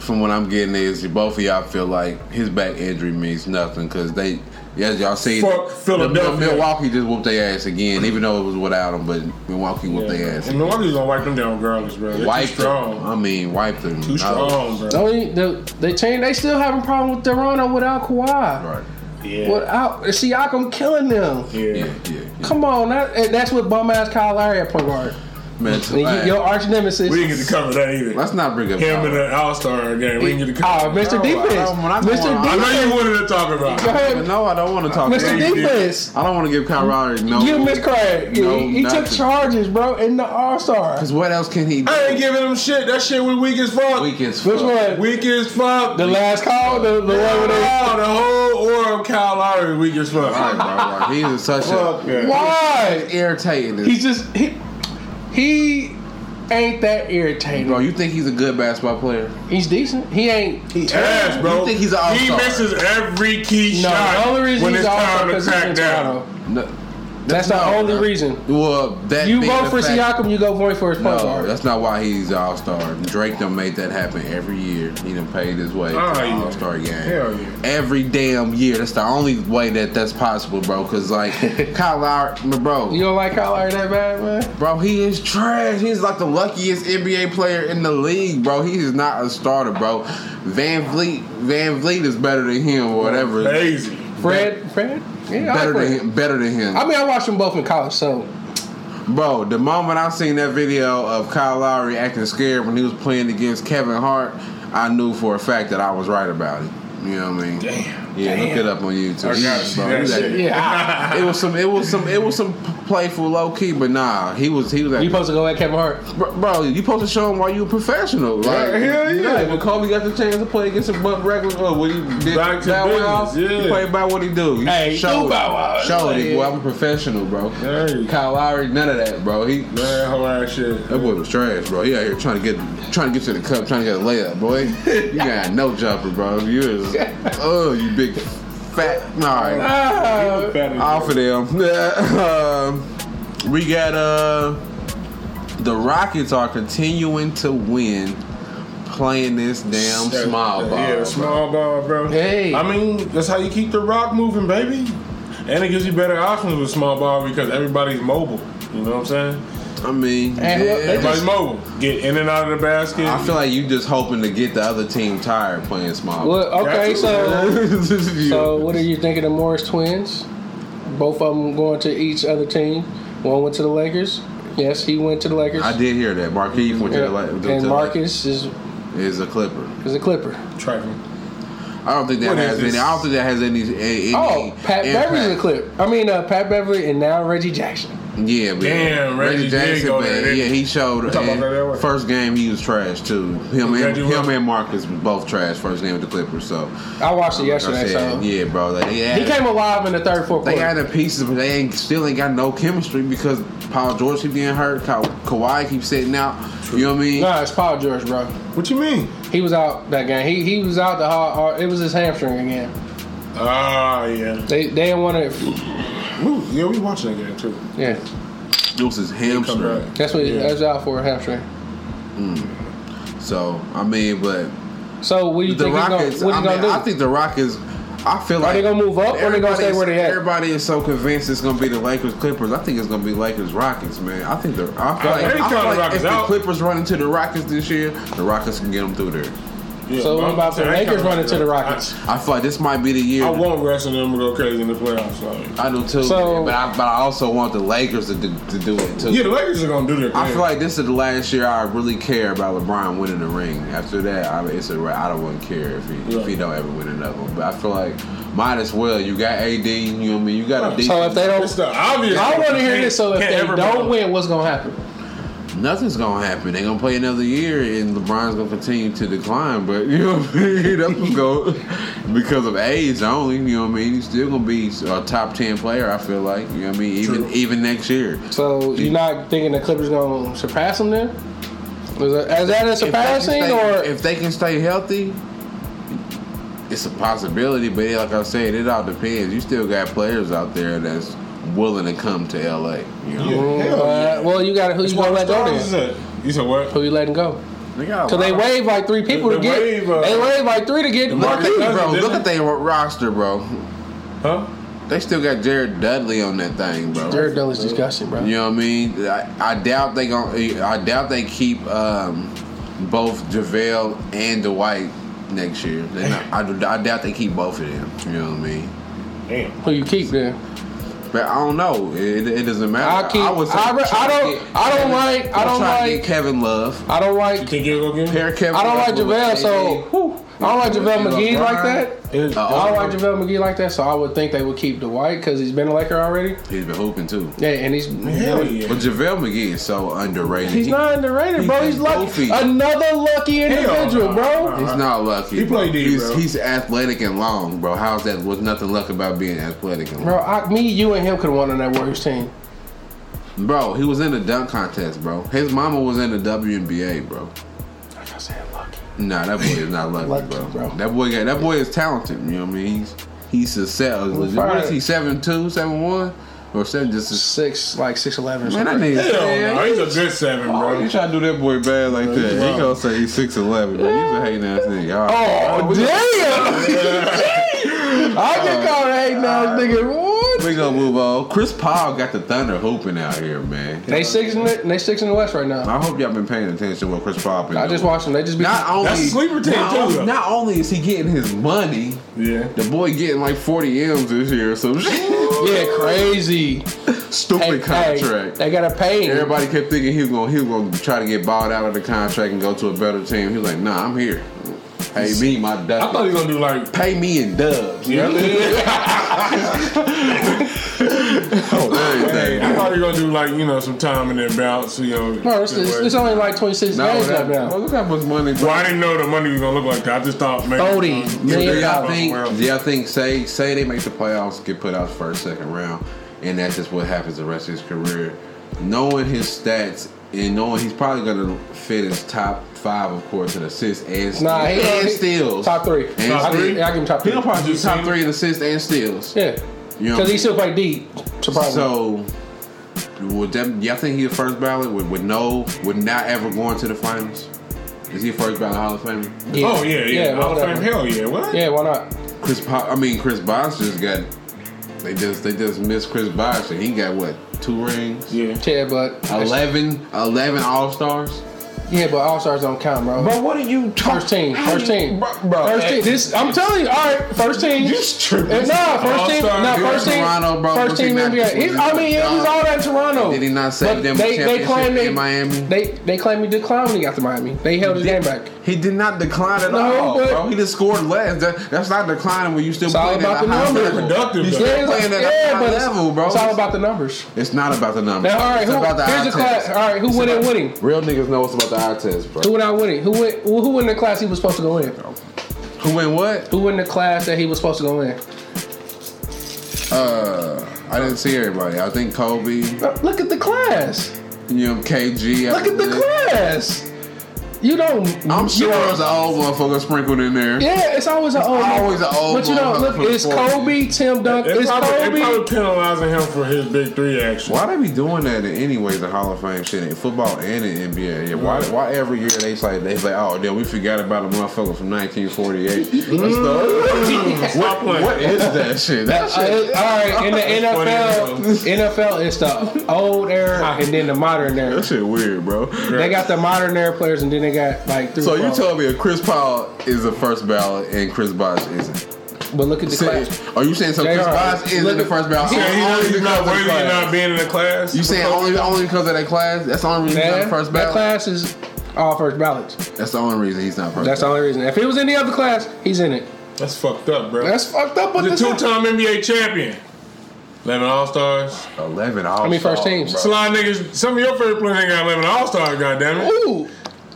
Speaker 4: from what I'm getting is, both of y'all feel like his back injury means nothing because they. Yeah, y'all seen
Speaker 5: Fuck Philadelphia.
Speaker 4: Milwaukee just whooped their ass again, even though it was without him. But Milwaukee whooped their ass.
Speaker 5: And Milwaukee's gonna wipe them down regardless, bro. They're
Speaker 4: Wipe
Speaker 5: too
Speaker 4: them.
Speaker 5: strong.
Speaker 4: I mean, wipe them.
Speaker 5: Too strong, bro.
Speaker 6: Only the, they change. They still having problem with Toronto without Kawhi.
Speaker 4: Right.
Speaker 5: Yeah.
Speaker 6: Without Siakam killing them.
Speaker 5: Yeah.
Speaker 4: Yeah, yeah. yeah.
Speaker 6: Come on, that, and that's what bum ass Kyle Lowry at point guard.
Speaker 4: Man,
Speaker 6: And you-
Speaker 4: hey,
Speaker 6: your arch nemesis.
Speaker 5: We didn't get to cover that either.
Speaker 4: let's not bring up.
Speaker 5: Him uh, in the All Star game. We didn't get to
Speaker 6: Ah,
Speaker 5: cover that.
Speaker 6: Mr.
Speaker 4: No,
Speaker 6: Defense.
Speaker 4: I- when I go
Speaker 6: Mr.
Speaker 4: on, I
Speaker 5: I
Speaker 6: Defense.
Speaker 5: know you wanted to talk about
Speaker 6: Go
Speaker 5: it.
Speaker 6: ahead.
Speaker 4: no, I don't want to talk.
Speaker 6: Mr.
Speaker 5: you did.
Speaker 6: Defense.
Speaker 4: I don't want to give Kyle Lowry no.
Speaker 6: You Miss Craig.
Speaker 4: No,
Speaker 6: he he took
Speaker 4: nothing.
Speaker 6: charges, bro, in the All Star.
Speaker 4: Because what else can he do?
Speaker 5: I ain't giving them shit. That shit was weak as fuck. Weak,
Speaker 4: Weekends.
Speaker 6: Which one?
Speaker 5: as fuck.
Speaker 6: the last call, the, the one where they.
Speaker 5: Oh, the whole aura of Kyle Lowry weak as fuck.
Speaker 4: Right, bro, right. He's such
Speaker 5: Fuck
Speaker 4: a
Speaker 5: yeah.
Speaker 6: Why?
Speaker 4: irritating.
Speaker 6: He's just he. He ain't that irritating.
Speaker 4: bro, you think he's a good basketball player?
Speaker 6: He's decent. He ain't. He
Speaker 5: Ass, bro.
Speaker 4: You think he's an all-star?
Speaker 5: He misses every key
Speaker 6: No,
Speaker 5: shot
Speaker 6: the only reason
Speaker 5: when
Speaker 6: he's
Speaker 5: it's
Speaker 6: all star
Speaker 5: time to
Speaker 6: because he's in
Speaker 5: crack down.
Speaker 6: Toronto.
Speaker 4: No.
Speaker 6: That's the
Speaker 4: No,
Speaker 6: only
Speaker 4: bro.
Speaker 6: reason.
Speaker 4: Well, that
Speaker 6: You
Speaker 4: being
Speaker 6: vote
Speaker 4: the
Speaker 6: for
Speaker 4: fact-
Speaker 6: Siakam, you go vote for his point
Speaker 4: No,
Speaker 6: guard.
Speaker 4: that's not why he's All Star. Drake done made that happen every year. He done paid his way
Speaker 5: Oh,
Speaker 4: to the
Speaker 5: yeah.
Speaker 4: All Star game.
Speaker 5: Hell yeah.
Speaker 4: Every damn year. That's the only way that that's possible, bro. Cause like Kyle Lowry, my bro.
Speaker 6: You don't like Kyle Lowry that bad, man?
Speaker 4: Bro, he is trash. He's like the luckiest NBA player in the league, bro. He is not a starter, bro. Van Vliet, Van Vliet is better than him, or whatever.
Speaker 5: Crazy.
Speaker 6: Fred, Fred, yeah, I
Speaker 4: Better than
Speaker 6: like Fred.
Speaker 4: him. Better than him.
Speaker 6: I mean, I watched them both in college, so
Speaker 4: Bro, the moment I seen that video of Kyle Lowry acting scared when he was playing against Kevin Hart, I knew for a fact that I was right about it. You know what I mean?
Speaker 5: Damn.
Speaker 4: Yeah, look it up on YouTube.
Speaker 5: I gotta see
Speaker 4: Bro,
Speaker 5: that
Speaker 4: he was
Speaker 5: shit.
Speaker 4: acting-
Speaker 6: yeah.
Speaker 4: It was some, it was some, it was some playful, low key, but nah, he was, he was
Speaker 6: you
Speaker 4: acting
Speaker 6: supposed to go at Kevin Hart.
Speaker 4: Bro, bro, you supposed to show him why you a professional. Like,
Speaker 5: Yeah, hell
Speaker 4: you know,
Speaker 5: yeah.
Speaker 4: when Kobe got the chance to play against a buck regular, or what he did
Speaker 5: Back to
Speaker 4: Bow Wow,
Speaker 5: business, yeah.
Speaker 4: he played by what he do. You
Speaker 6: Hey,
Speaker 4: showed
Speaker 6: do Bow Wow.
Speaker 4: it. Showed
Speaker 6: Yeah.
Speaker 4: it, boy. I'm a professional, bro.
Speaker 5: Hey.
Speaker 4: Kyle Lowry, none of that, bro. He
Speaker 5: Man, whole ass shit.
Speaker 4: that boy was trash, bro. He out here trying to get trying to get to the cup, trying to get a layup, boy. You got no jumper, bro. You is oh, you big fat. All right.
Speaker 6: Ah,
Speaker 4: Off of them. Um, we got uh the Rockets are continuing to win playing this damn small ball.
Speaker 5: Yeah, small ball, bro.
Speaker 6: Hey.
Speaker 5: I mean, that's how you keep the rock moving, baby. And it gives you better options with small ball because everybody's mobile. You know what I'm saying?
Speaker 4: I mean,
Speaker 6: And
Speaker 4: yeah.
Speaker 6: look, they
Speaker 5: Everybody's mobile. Get in and out of the basket.
Speaker 4: I feel like you just hoping to get the other team tired playing small.
Speaker 6: well, okay,
Speaker 5: That's-
Speaker 6: so so
Speaker 4: so
Speaker 6: what are you thinking of Morris twins? Both of them going to each other team. One went to the Lakers. Yes, he went to the Lakers.
Speaker 4: I did hear that Marquise went to the
Speaker 6: Yeah.
Speaker 4: la- to
Speaker 6: And
Speaker 4: the-
Speaker 6: Marcus is
Speaker 4: is a Clipper.
Speaker 6: is a Clipper.
Speaker 5: Tracking.
Speaker 4: I don't think that
Speaker 5: What is
Speaker 4: has
Speaker 5: this?
Speaker 4: any. I don't think that has any. a- any
Speaker 6: Oh, Pat
Speaker 4: impact.
Speaker 6: Beverly's a clip. I mean, uh, Pat Beverly and now Reggie Jackson.
Speaker 4: Yeah, but
Speaker 5: Damn, Reggie did go there,
Speaker 4: man,
Speaker 5: didn't
Speaker 4: yeah,
Speaker 5: he?
Speaker 4: he showed.
Speaker 5: talking about that
Speaker 4: And
Speaker 5: way.
Speaker 4: first game, he was trash too. Him and
Speaker 5: Reggie
Speaker 4: him
Speaker 5: was?
Speaker 4: and Marcus was both trash. First game with the Clippers, so
Speaker 6: I watched it
Speaker 4: like I
Speaker 6: yesterday,
Speaker 4: said,
Speaker 6: so
Speaker 4: yeah, bro. Like, they had,
Speaker 6: he came alive in the third, fourth
Speaker 4: They
Speaker 6: quarter.
Speaker 4: had the pieces, but they ain't still ain't got no chemistry because Paul George keep getting hurt. Ka- Kawhi keeps sitting out. You know what I mean?
Speaker 6: Nah, it's Paul George, bro.
Speaker 5: What you mean?
Speaker 6: He was out that game. He he was out the hard. hard it was his hamstring again.
Speaker 5: Ah, yeah.
Speaker 6: They they didn't want to.
Speaker 5: Ooh, yeah, we watching that game too.
Speaker 6: Yeah,
Speaker 4: It was his
Speaker 5: Come
Speaker 4: hamstring.
Speaker 5: back.
Speaker 6: that's what he
Speaker 5: Yeah.
Speaker 6: was out for a hamstring.
Speaker 4: So I mean, but
Speaker 6: So what do you
Speaker 4: the
Speaker 6: think?
Speaker 4: Rockets.
Speaker 6: he's gonna, what
Speaker 4: I
Speaker 6: he
Speaker 4: mean,
Speaker 6: gonna
Speaker 4: I
Speaker 6: do?
Speaker 4: think the Rockets. I feel like
Speaker 6: they gonna move up or they gonna
Speaker 4: everybody
Speaker 6: stay
Speaker 4: is-
Speaker 6: where they at?
Speaker 4: Everybody is so convinced it's gonna be the Lakers Clippers. I think it's gonna be Lakers Rockets, man. I think the I feel
Speaker 5: I
Speaker 4: like,
Speaker 5: hate
Speaker 4: I feel
Speaker 5: calling
Speaker 4: like
Speaker 5: Rockets
Speaker 4: if the
Speaker 5: out.
Speaker 4: Clippers run into the Rockets this year, the Rockets can get them through there.
Speaker 5: Yeah,
Speaker 6: so
Speaker 5: but
Speaker 6: what
Speaker 5: I'm
Speaker 6: about the
Speaker 5: saying, I ain't
Speaker 6: Lakers
Speaker 5: kinda
Speaker 6: running to the
Speaker 5: like that.
Speaker 6: Rockets?
Speaker 4: I feel like this might be the year.
Speaker 5: I, I
Speaker 4: I,
Speaker 5: want wrestling them to go crazy in the playoffs. Like,
Speaker 4: do too,
Speaker 6: So-
Speaker 4: but I, but I also want the Lakers to do, to do it too.
Speaker 5: yeah, the Lakers are gonna do their thing.
Speaker 4: I feel like this is the last year I really care about LeBron winning the ring. After that, I mean, it's a wrap. I don't want to care if he if he
Speaker 5: Yeah.
Speaker 4: don't ever win another one. But I feel like might as well. You got AD. You know what I mean? You got a
Speaker 5: So
Speaker 4: decent.
Speaker 6: So if they
Speaker 5: it's the
Speaker 6: don't,
Speaker 5: obvious.
Speaker 6: I want to hear this. So if
Speaker 5: Can't
Speaker 6: they
Speaker 5: ever
Speaker 6: don't
Speaker 5: be-
Speaker 6: win, what's gonna happen?
Speaker 4: nothing's gonna happen. They're gonna play another year, and LeBron's gonna continue to decline. But you know, what I mean? that's what's going because of age only. You know what I mean? He's still gonna be a top ten player. I feel like you know what I mean. Even
Speaker 5: True.
Speaker 4: even next year.
Speaker 6: So you're not thinking the Clippers gonna surpass them then? Is that,
Speaker 4: If
Speaker 6: is that a
Speaker 4: they can
Speaker 6: surpassing
Speaker 4: stay-
Speaker 6: or
Speaker 4: if they can stay healthy? It's a possibility, but like I said, it all depends. You still got players out there that's willing to come to LA. You know,
Speaker 5: Yeah, hell yeah.
Speaker 6: Uh, well, you got to who you
Speaker 5: What
Speaker 6: gonna let go
Speaker 5: stars is
Speaker 6: then?
Speaker 5: it? You said what?
Speaker 6: Who you letting go?
Speaker 4: they got a
Speaker 6: Cause
Speaker 4: lot
Speaker 6: they
Speaker 4: of-
Speaker 6: wave like three people
Speaker 5: They
Speaker 6: to get.
Speaker 5: wave, uh,
Speaker 6: they wave like three to get.
Speaker 4: Look
Speaker 5: Marcus
Speaker 4: at-
Speaker 5: Cousins,
Speaker 4: bro,
Speaker 5: didn't
Speaker 4: look at
Speaker 5: they?
Speaker 4: their roster, bro.
Speaker 5: Huh?
Speaker 4: They still got Jared Dudley on that thing, bro.
Speaker 6: Jared Dudley's disgusting, bro.
Speaker 4: You know what I mean? I, I doubt they going I doubt they keep um, both JaVale and Dwight next year. They not- I, do- I doubt they keep both of them. You know what I mean?
Speaker 5: Damn.
Speaker 6: Who you keep then?
Speaker 4: But I don't know. It, it doesn't matter.
Speaker 6: I keep. I,
Speaker 4: would say
Speaker 6: re-
Speaker 4: try
Speaker 6: I
Speaker 4: to
Speaker 6: don't.
Speaker 4: get-
Speaker 6: I don't like. I
Speaker 4: I'm
Speaker 6: don't
Speaker 4: trying to get
Speaker 6: like.
Speaker 4: Kevin Love.
Speaker 6: I don't like.
Speaker 5: You think you'll go get him?
Speaker 4: Pair Kevin
Speaker 6: I don't
Speaker 4: Love
Speaker 6: like
Speaker 4: with
Speaker 6: JaVale.
Speaker 4: AD.
Speaker 6: So whew, I don't like JaVale McGee like that.
Speaker 5: It's-
Speaker 4: Uh,
Speaker 6: I don't like JaVale McGee like that. So I would think they would keep Dwight because he's been a Laker already.
Speaker 4: He's been hooping too.
Speaker 6: Yeah, and he's
Speaker 5: Hell yeah.
Speaker 4: But JaVale McGee is so underrated.
Speaker 6: he's
Speaker 4: He-
Speaker 6: not underrated, bro.
Speaker 4: he's
Speaker 6: He's lucky.
Speaker 4: goofy.
Speaker 6: Another lucky individual,
Speaker 5: no,
Speaker 6: bro.
Speaker 5: no.
Speaker 4: He's not lucky.
Speaker 5: He
Speaker 4: bro.
Speaker 5: played D,
Speaker 4: he's,
Speaker 5: bro.
Speaker 4: he's athletic and long, bro. How's that? Was nothing luck about being athletic and long,
Speaker 6: Bro, I, me, you, and him could have won on that Warriors team.
Speaker 4: bro. He was in the dunk contest, bro. His mama was in the WNBA, bro.
Speaker 6: Like I said, lucky.
Speaker 4: Nah, that boy is not lucky,
Speaker 6: Lucky,
Speaker 4: bro.
Speaker 6: bro.
Speaker 4: That boy, got, that boy is talented. You know what I mean? He's he's successful.
Speaker 6: fine.
Speaker 4: What is he? Seven two, seven one. Or seven just a
Speaker 6: six, like six eleven. or
Speaker 4: Man, that
Speaker 6: something.
Speaker 4: nigga.
Speaker 5: Hell
Speaker 4: man,
Speaker 5: no, he's a good seven,
Speaker 4: Oh,
Speaker 5: bro.
Speaker 4: you try to do that boy bad like that? He gonna say he's six eleven, but he's a hating ass nigga. All right, bro,
Speaker 6: Oh
Speaker 4: we gonna-
Speaker 6: damn! I can call it eight
Speaker 4: Uh,
Speaker 6: now, nigga. What?
Speaker 4: We gonna move on. Chris Paul got the Thunder hooping out here, man.
Speaker 6: They six in the, they six in the West right now.
Speaker 4: I hope y'all been paying attention to what Chris Paul been
Speaker 6: I just
Speaker 4: doing.
Speaker 6: watched them. They just be
Speaker 4: Not only
Speaker 5: That's sleeper team,
Speaker 4: not,
Speaker 5: too,
Speaker 4: only-
Speaker 5: though.
Speaker 4: not only is he getting his money,
Speaker 5: Yeah.
Speaker 4: the boy getting like forty m's this year or some shit.
Speaker 6: yeah crazy. Hey,
Speaker 4: Stupid
Speaker 6: hey,
Speaker 4: contract.
Speaker 6: they gotta pay. him.
Speaker 4: Everybody kept thinking he was gonna he was gonna try to get bought out of the contract and go to a better team. He was like, Nah, I'm here. Pay me my
Speaker 5: I thought
Speaker 4: dub.
Speaker 5: he was gonna do like.
Speaker 4: Pay me in dubs. Oh,
Speaker 5: Yeah. Hey, I
Speaker 4: Everything.
Speaker 5: thought he was gonna do like you know some time and then bounce. You know.
Speaker 6: No, it's, it's, it's only like 26
Speaker 4: No,
Speaker 6: games
Speaker 4: that,
Speaker 6: left now.
Speaker 4: well, look how much money.
Speaker 5: well, I didn't know the money was gonna look like that. I just thought maybe.
Speaker 6: 30
Speaker 4: Do
Speaker 6: million
Speaker 4: y'all
Speaker 6: dollars.
Speaker 4: think?
Speaker 5: World.
Speaker 4: Do y'all think? Say, say they make the playoffs, get put out first, second round, and that's just what happens the rest of his career. Knowing his stats and knowing he's probably gonna finish top five, of course, in assists and,
Speaker 6: Nah, he,
Speaker 4: and
Speaker 6: he-
Speaker 4: steals.
Speaker 6: Top three.
Speaker 4: And
Speaker 6: I, give-
Speaker 5: three?
Speaker 6: yeah, I give him top three.
Speaker 4: He'll probably do
Speaker 5: You
Speaker 4: top
Speaker 5: seen
Speaker 4: three in assists and steals.
Speaker 6: yeah,
Speaker 4: You know-
Speaker 6: because he still play deep. Surprisingly,
Speaker 4: So, would that, y'all think he the first ballot with, with no, with not ever going to the finals? Is he a first ballot Hall of Famer?
Speaker 6: yeah.
Speaker 5: Oh yeah, yeah.
Speaker 6: yeah.
Speaker 5: Hall
Speaker 6: why
Speaker 5: of Fame,
Speaker 6: not?
Speaker 5: hell yeah. What?
Speaker 6: Yeah, why not?
Speaker 4: Chris, po- I mean Chris Bosh just got. They just they just missed Chris Bosh and he got what two rings?
Speaker 5: Yeah.
Speaker 6: Yeah, but
Speaker 4: 11, 11 All Stars.
Speaker 6: yeah, but all stars don't count, bro.
Speaker 4: Bro, what are you talking?
Speaker 6: First team, first team,
Speaker 4: bro. bro
Speaker 6: first team. This I'm telling you, all right, first team.
Speaker 5: Just tripping.
Speaker 6: And nah, first team,
Speaker 5: All-star,
Speaker 6: nah,
Speaker 4: you're
Speaker 6: first team,
Speaker 4: Toronto, bro.
Speaker 6: first
Speaker 4: Was he
Speaker 6: team
Speaker 4: not-
Speaker 6: NBA. He- I mean, it was all that in Toronto.
Speaker 4: Did he not save
Speaker 6: But
Speaker 4: them
Speaker 6: they, they
Speaker 4: championship
Speaker 6: claimed they,
Speaker 4: in Miami?
Speaker 6: They they claimed he declined when he got to Miami. They held his game back.
Speaker 4: He did not decline at
Speaker 6: No,
Speaker 4: all,
Speaker 6: but-
Speaker 4: bro. He just scored less. That, that's not declining when you still
Speaker 6: It's all
Speaker 4: playing
Speaker 6: about
Speaker 4: at a
Speaker 6: the
Speaker 4: high
Speaker 6: numbers.
Speaker 4: level.
Speaker 5: Productive,
Speaker 4: You
Speaker 5: though.
Speaker 4: still playing at a high
Speaker 6: but it's-
Speaker 4: level, bro.
Speaker 6: It's all about the numbers.
Speaker 4: It's not about the numbers.
Speaker 6: Now, all right,
Speaker 4: it's
Speaker 6: who,
Speaker 4: about the
Speaker 6: here's
Speaker 4: eye
Speaker 6: the
Speaker 4: test.
Speaker 6: class. All right, who went in winning?
Speaker 4: Real niggas know it's about the eye test, bro.
Speaker 6: Who went out winning? Who went? Who who went in the class he was supposed to go in?
Speaker 4: Who went what?
Speaker 6: Who went in the class that he was supposed to go in?
Speaker 4: Uh, I didn't see everybody. I think Kobe, you
Speaker 6: Uh, Look at the class.
Speaker 4: know, KG.
Speaker 6: Look at the class. You don't.
Speaker 4: I'm sure
Speaker 6: you don't-
Speaker 4: there's an old motherfucker sprinkled in there.
Speaker 6: Yeah, it's always an old.
Speaker 4: always an old
Speaker 6: But
Speaker 4: motherfucker
Speaker 6: you know, look,
Speaker 4: from
Speaker 6: it's
Speaker 4: Florida.
Speaker 6: Kobe, Tim Duncan,
Speaker 5: They
Speaker 6: it's
Speaker 5: probably, they
Speaker 6: Kobe.
Speaker 5: probably penalizing him for his big three action.
Speaker 4: Why they be doing that in anyways? The Hall of Fame shit in football and in NBA. Yeah, why? Why every year they say they say, oh, damn, we forgot about a motherfucker from 1948. That's the-
Speaker 5: Stop playing.
Speaker 4: what is that shit? That
Speaker 6: Uh,
Speaker 4: shit.
Speaker 6: it- all right, in the
Speaker 5: funny,
Speaker 6: NFL, NFL is the old era and then the modern era.
Speaker 4: That shit weird, bro.
Speaker 6: They got the modern era players, and then they got like three.
Speaker 4: So
Speaker 6: or
Speaker 4: you
Speaker 6: four.
Speaker 4: tell me if Chris Paul is the first ballot and Chris Bosh isn't?
Speaker 6: but look at the
Speaker 4: Say-
Speaker 6: class.
Speaker 4: are you saying so? Chris
Speaker 6: J.R.,
Speaker 4: Bosh isn't
Speaker 6: look
Speaker 4: the
Speaker 6: at-
Speaker 4: first ballot?
Speaker 6: Yeah,
Speaker 5: Yeah,
Speaker 4: only
Speaker 5: he's, he's
Speaker 4: because
Speaker 5: not
Speaker 4: of the
Speaker 5: worthy of
Speaker 4: class?
Speaker 5: not being in the class.
Speaker 4: You saying only only because of that class? That's the only reason he's
Speaker 6: Man,
Speaker 4: not first
Speaker 6: that
Speaker 4: ballot.
Speaker 6: class is all first ballots.
Speaker 4: That's the only reason he's not first.
Speaker 6: That's the only reason. If he was in the other class, he's in it.
Speaker 5: That's fucked up, bro.
Speaker 6: That's fucked up. But
Speaker 5: the
Speaker 6: this
Speaker 5: two-time NBA champion. 11 All-Stars.
Speaker 4: ballot. eleven. All
Speaker 6: I mean, first teams.
Speaker 5: It's a lot of niggas. Some of your favorite players ain't got 11 All-Stars, goddammit. it.
Speaker 6: Ooh,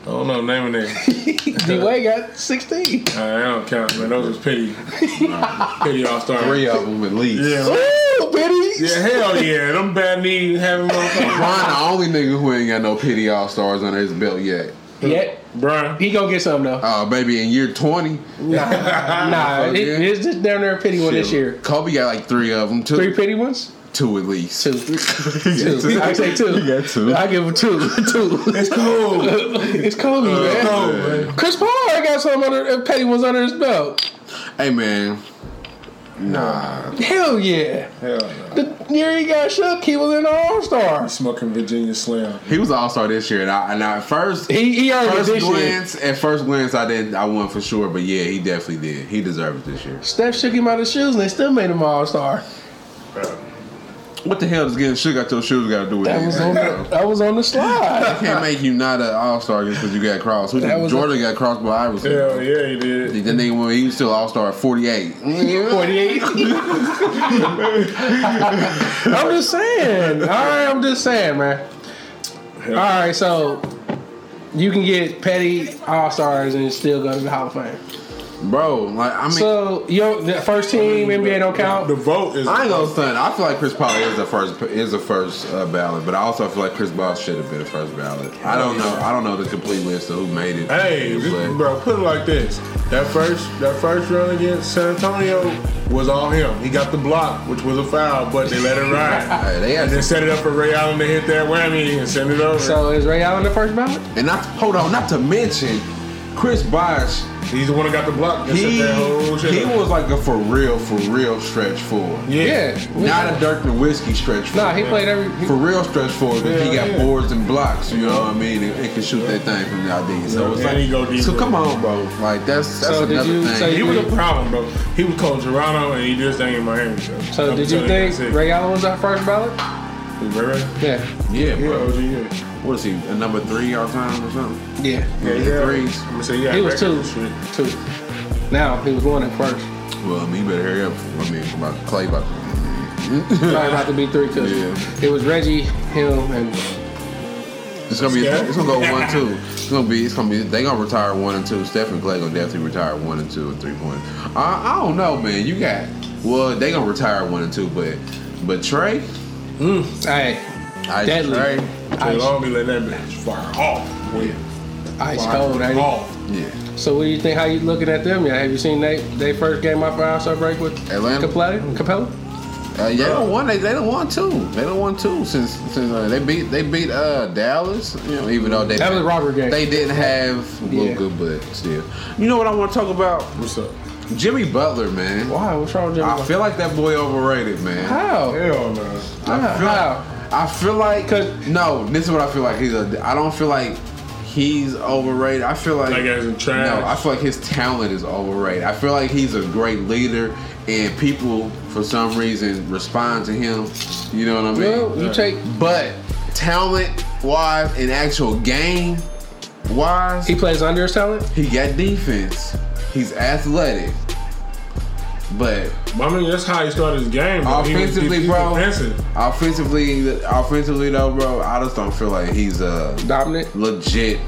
Speaker 5: I don't know, name a nigga.
Speaker 6: D Wade got sixteen.
Speaker 5: I don't count, man. Those was pity. pity All-Star.
Speaker 4: Three of them at least.
Speaker 5: Yeah, man.
Speaker 6: Ooh, bitty.
Speaker 5: yeah, hell yeah. Them bad knees having motherfuckers.
Speaker 4: Brian, the only nigga who ain't got no pity all stars under his belt yet.
Speaker 6: Yeah,
Speaker 5: Brian.
Speaker 6: he gonna get some though.
Speaker 4: Uh, baby, in year twenty,
Speaker 6: Nah, nah,
Speaker 4: Fuck
Speaker 6: it,
Speaker 4: yeah.
Speaker 6: it's just down there a pity one this year.
Speaker 4: Kobe got like three of them, two,
Speaker 6: Three pity ones?
Speaker 4: two at least.
Speaker 6: Two. two. I say two.
Speaker 4: You got two.
Speaker 6: I give him two. two.
Speaker 5: It's cold. It's
Speaker 6: it's Kobe, man.
Speaker 5: cold, man.
Speaker 6: Chris Paul already got some under uh, petty ones under his belt.
Speaker 4: Hey man, nah.
Speaker 6: Hell yeah.
Speaker 5: Hell no.
Speaker 6: The year he got shook, he was an all star.
Speaker 5: Smoking Virginia Slim.
Speaker 4: He was all star this year, and I and I at first.
Speaker 6: He he earned it
Speaker 4: First
Speaker 6: this year.
Speaker 4: glance, at first glance, I didn't. I won for sure, but yeah, he definitely did. He deserved it this year.
Speaker 6: Steph shook him out of shoes and they still made him all star.
Speaker 4: What the hell does getting shook out your shoes got to do with
Speaker 6: That
Speaker 4: it?
Speaker 6: was on the, that was on the slide.
Speaker 4: can't make you not an all star just because you got crossed. Who
Speaker 6: That
Speaker 4: did-
Speaker 6: was
Speaker 4: Jordan got crossed by Iverson.
Speaker 5: Hell yeah, he did.
Speaker 4: That nigga, when he was still all star at 48.
Speaker 6: Forty eight. I'm just saying. All right, I'm just saying, man. All right, so you can get petty all stars and still go to the Hall of Fame.
Speaker 4: bro. Like I mean,
Speaker 6: So you don't- the first team NBA don't
Speaker 5: The
Speaker 6: count.
Speaker 5: vote is.
Speaker 4: I ain't gonna stunt. I feel like Chris Paul is the first is the first uh, ballot, but I also feel like Chris Paul should have been the first ballot. I don't know. I don't know the complete list of who made it.
Speaker 5: Hey,
Speaker 4: but-
Speaker 5: this- bro, put it like this: that first that first run against San Antonio was all him. He got the block, which was a foul, but they let it ride.
Speaker 4: Hey, uh, they
Speaker 5: and
Speaker 4: had
Speaker 5: then set it up for Ray Allen to hit that whammy and send it over.
Speaker 6: So is Ray Allen the first ballot?
Speaker 4: and not hold on, not to mention Chris Bosh.
Speaker 5: He's the one that got the block. and set
Speaker 4: He
Speaker 5: that whole shit
Speaker 4: he
Speaker 5: up.
Speaker 4: was like a for real for real stretch forward,
Speaker 5: Yeah.
Speaker 4: not a Dirk and Whiskey stretch.
Speaker 6: Nah,
Speaker 4: forward.
Speaker 6: he played every. he-
Speaker 4: for real stretch forward because he
Speaker 5: Yeah,
Speaker 4: got
Speaker 5: yeah.
Speaker 4: boards and blocks. You know what I mean? And, and can shoot that thing from out there. So it's
Speaker 5: And he go
Speaker 4: like,
Speaker 5: deep,
Speaker 4: so
Speaker 5: bro.
Speaker 4: come on, bro. Like that's that's
Speaker 6: So did
Speaker 4: another
Speaker 6: you-
Speaker 4: thing.
Speaker 6: so
Speaker 5: He
Speaker 6: you-
Speaker 5: was a problem, bro. He was cold Toronto, and he just ain't in Miami. Bro.
Speaker 6: So
Speaker 5: I'm
Speaker 6: did you
Speaker 5: telling
Speaker 6: think
Speaker 5: that's it.
Speaker 6: Ray Allen was our first ballot?
Speaker 5: Ray Ray?
Speaker 6: Yeah.
Speaker 4: yeah,
Speaker 5: Yeah,
Speaker 4: bro.
Speaker 5: OG, yeah.
Speaker 4: What is he? A number three all time or something?
Speaker 6: Yeah.
Speaker 5: Yeah,
Speaker 4: he had threes.
Speaker 5: I'm gonna say yeah.
Speaker 6: He was two.
Speaker 5: Shit.
Speaker 6: Two. Now he was one at first.
Speaker 4: Well, I mean, you better hurry up. I mean, about Clay about.
Speaker 6: Probably about to be three because
Speaker 4: Yeah.
Speaker 6: it was Reggie, him, and
Speaker 4: It's gonna be.
Speaker 5: Scared?
Speaker 4: It's gonna go one two. It's gonna be. It's gonna be. They gonna retire one and two. Steph and Clay gonna definitely retire one and two and three point. I, I don't know, man. You got. Well, they gonna retire one and two, but but Trey,
Speaker 6: hey,
Speaker 4: I
Speaker 6: Deadly.
Speaker 4: Trey,
Speaker 5: They
Speaker 4: oh,
Speaker 6: ice,
Speaker 5: long be let that bitch fire off. Yeah.
Speaker 6: ice
Speaker 5: Fire
Speaker 6: cold. ain't
Speaker 4: Oh.
Speaker 6: it?
Speaker 5: off.
Speaker 4: yeah.
Speaker 6: So what do you think? How you looking at them? Yeah. Have you seen they they first game off our outside break with
Speaker 4: Atlanta?
Speaker 6: Capella? Capella?
Speaker 4: Uh, yeah, they don't won. They, they don't won two. They don't won two since since uh, they beat they beat uh, Dallas. You know, even though they
Speaker 6: That was a robbery game.
Speaker 4: They didn't have
Speaker 6: Yeah.
Speaker 4: Luka, but still. You know what I want to talk about?
Speaker 5: What's up?
Speaker 4: Jimmy Butler, man.
Speaker 6: Why? What's wrong with Jimmy?
Speaker 4: I
Speaker 6: Butler?
Speaker 4: feel like that boy overrated, man.
Speaker 6: how?
Speaker 5: Hell no.
Speaker 4: I feel
Speaker 6: How?
Speaker 4: like I feel like
Speaker 6: 'Cause-
Speaker 4: no. This is what I feel like. He's a. I don't feel like he's overrated. I feel like
Speaker 5: Like as in trash?
Speaker 4: No, I feel like his talent is overrated. I feel like he's a great leader, and people for some reason respond to him. You know what I mean?
Speaker 6: Well, you take.
Speaker 4: But talent wise and actual game wise,
Speaker 6: He plays under his talent.
Speaker 4: he got defense. He's athletic. But
Speaker 5: But I mean, that's how he started his game. bro. He was-
Speaker 4: offensively,
Speaker 5: he was
Speaker 4: bro,
Speaker 5: Defensive.
Speaker 4: offensively, offensively though, bro, I just don't feel like he's a
Speaker 6: Dominant.
Speaker 4: legit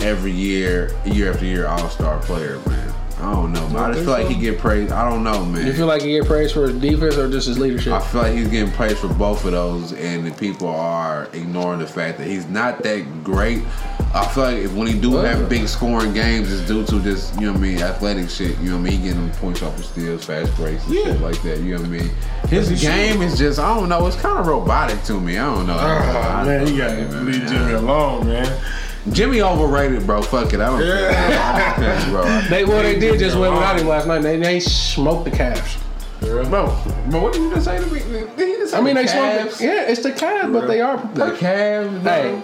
Speaker 4: every year, year after year All Star player, man. I don't know, man. I just feel like he get praised. I don't know, man.
Speaker 6: You feel like he get praised for his defense or just his leadership?
Speaker 4: I feel like he's getting praised for both of those, and the people are ignoring the fact that he's not that great. I feel like if, when he do have big scoring games, it's due to just you know what I mean, athletic shit. You know what I mean, He getting points off of steals, fast breaks, and shit like that. You know what I mean? His game is just I don't know. It's kind of robotic to me. I don't know.
Speaker 5: Oh, man, you gotta leave Jimmy alone, man.
Speaker 4: Jimmy overrated, bro. Fuck it. I don't. Yeah. Care. I don't care, bro. I-
Speaker 6: They well, they did just win without him last night. They they smoked the Cavs.
Speaker 4: Bro, bro, what did you just say to me? Did he just say
Speaker 6: I mean, they smoked.
Speaker 4: Cavs?
Speaker 6: The, yeah, it's the Cavs, but they are.
Speaker 4: The Cavs, bro.
Speaker 6: Hey.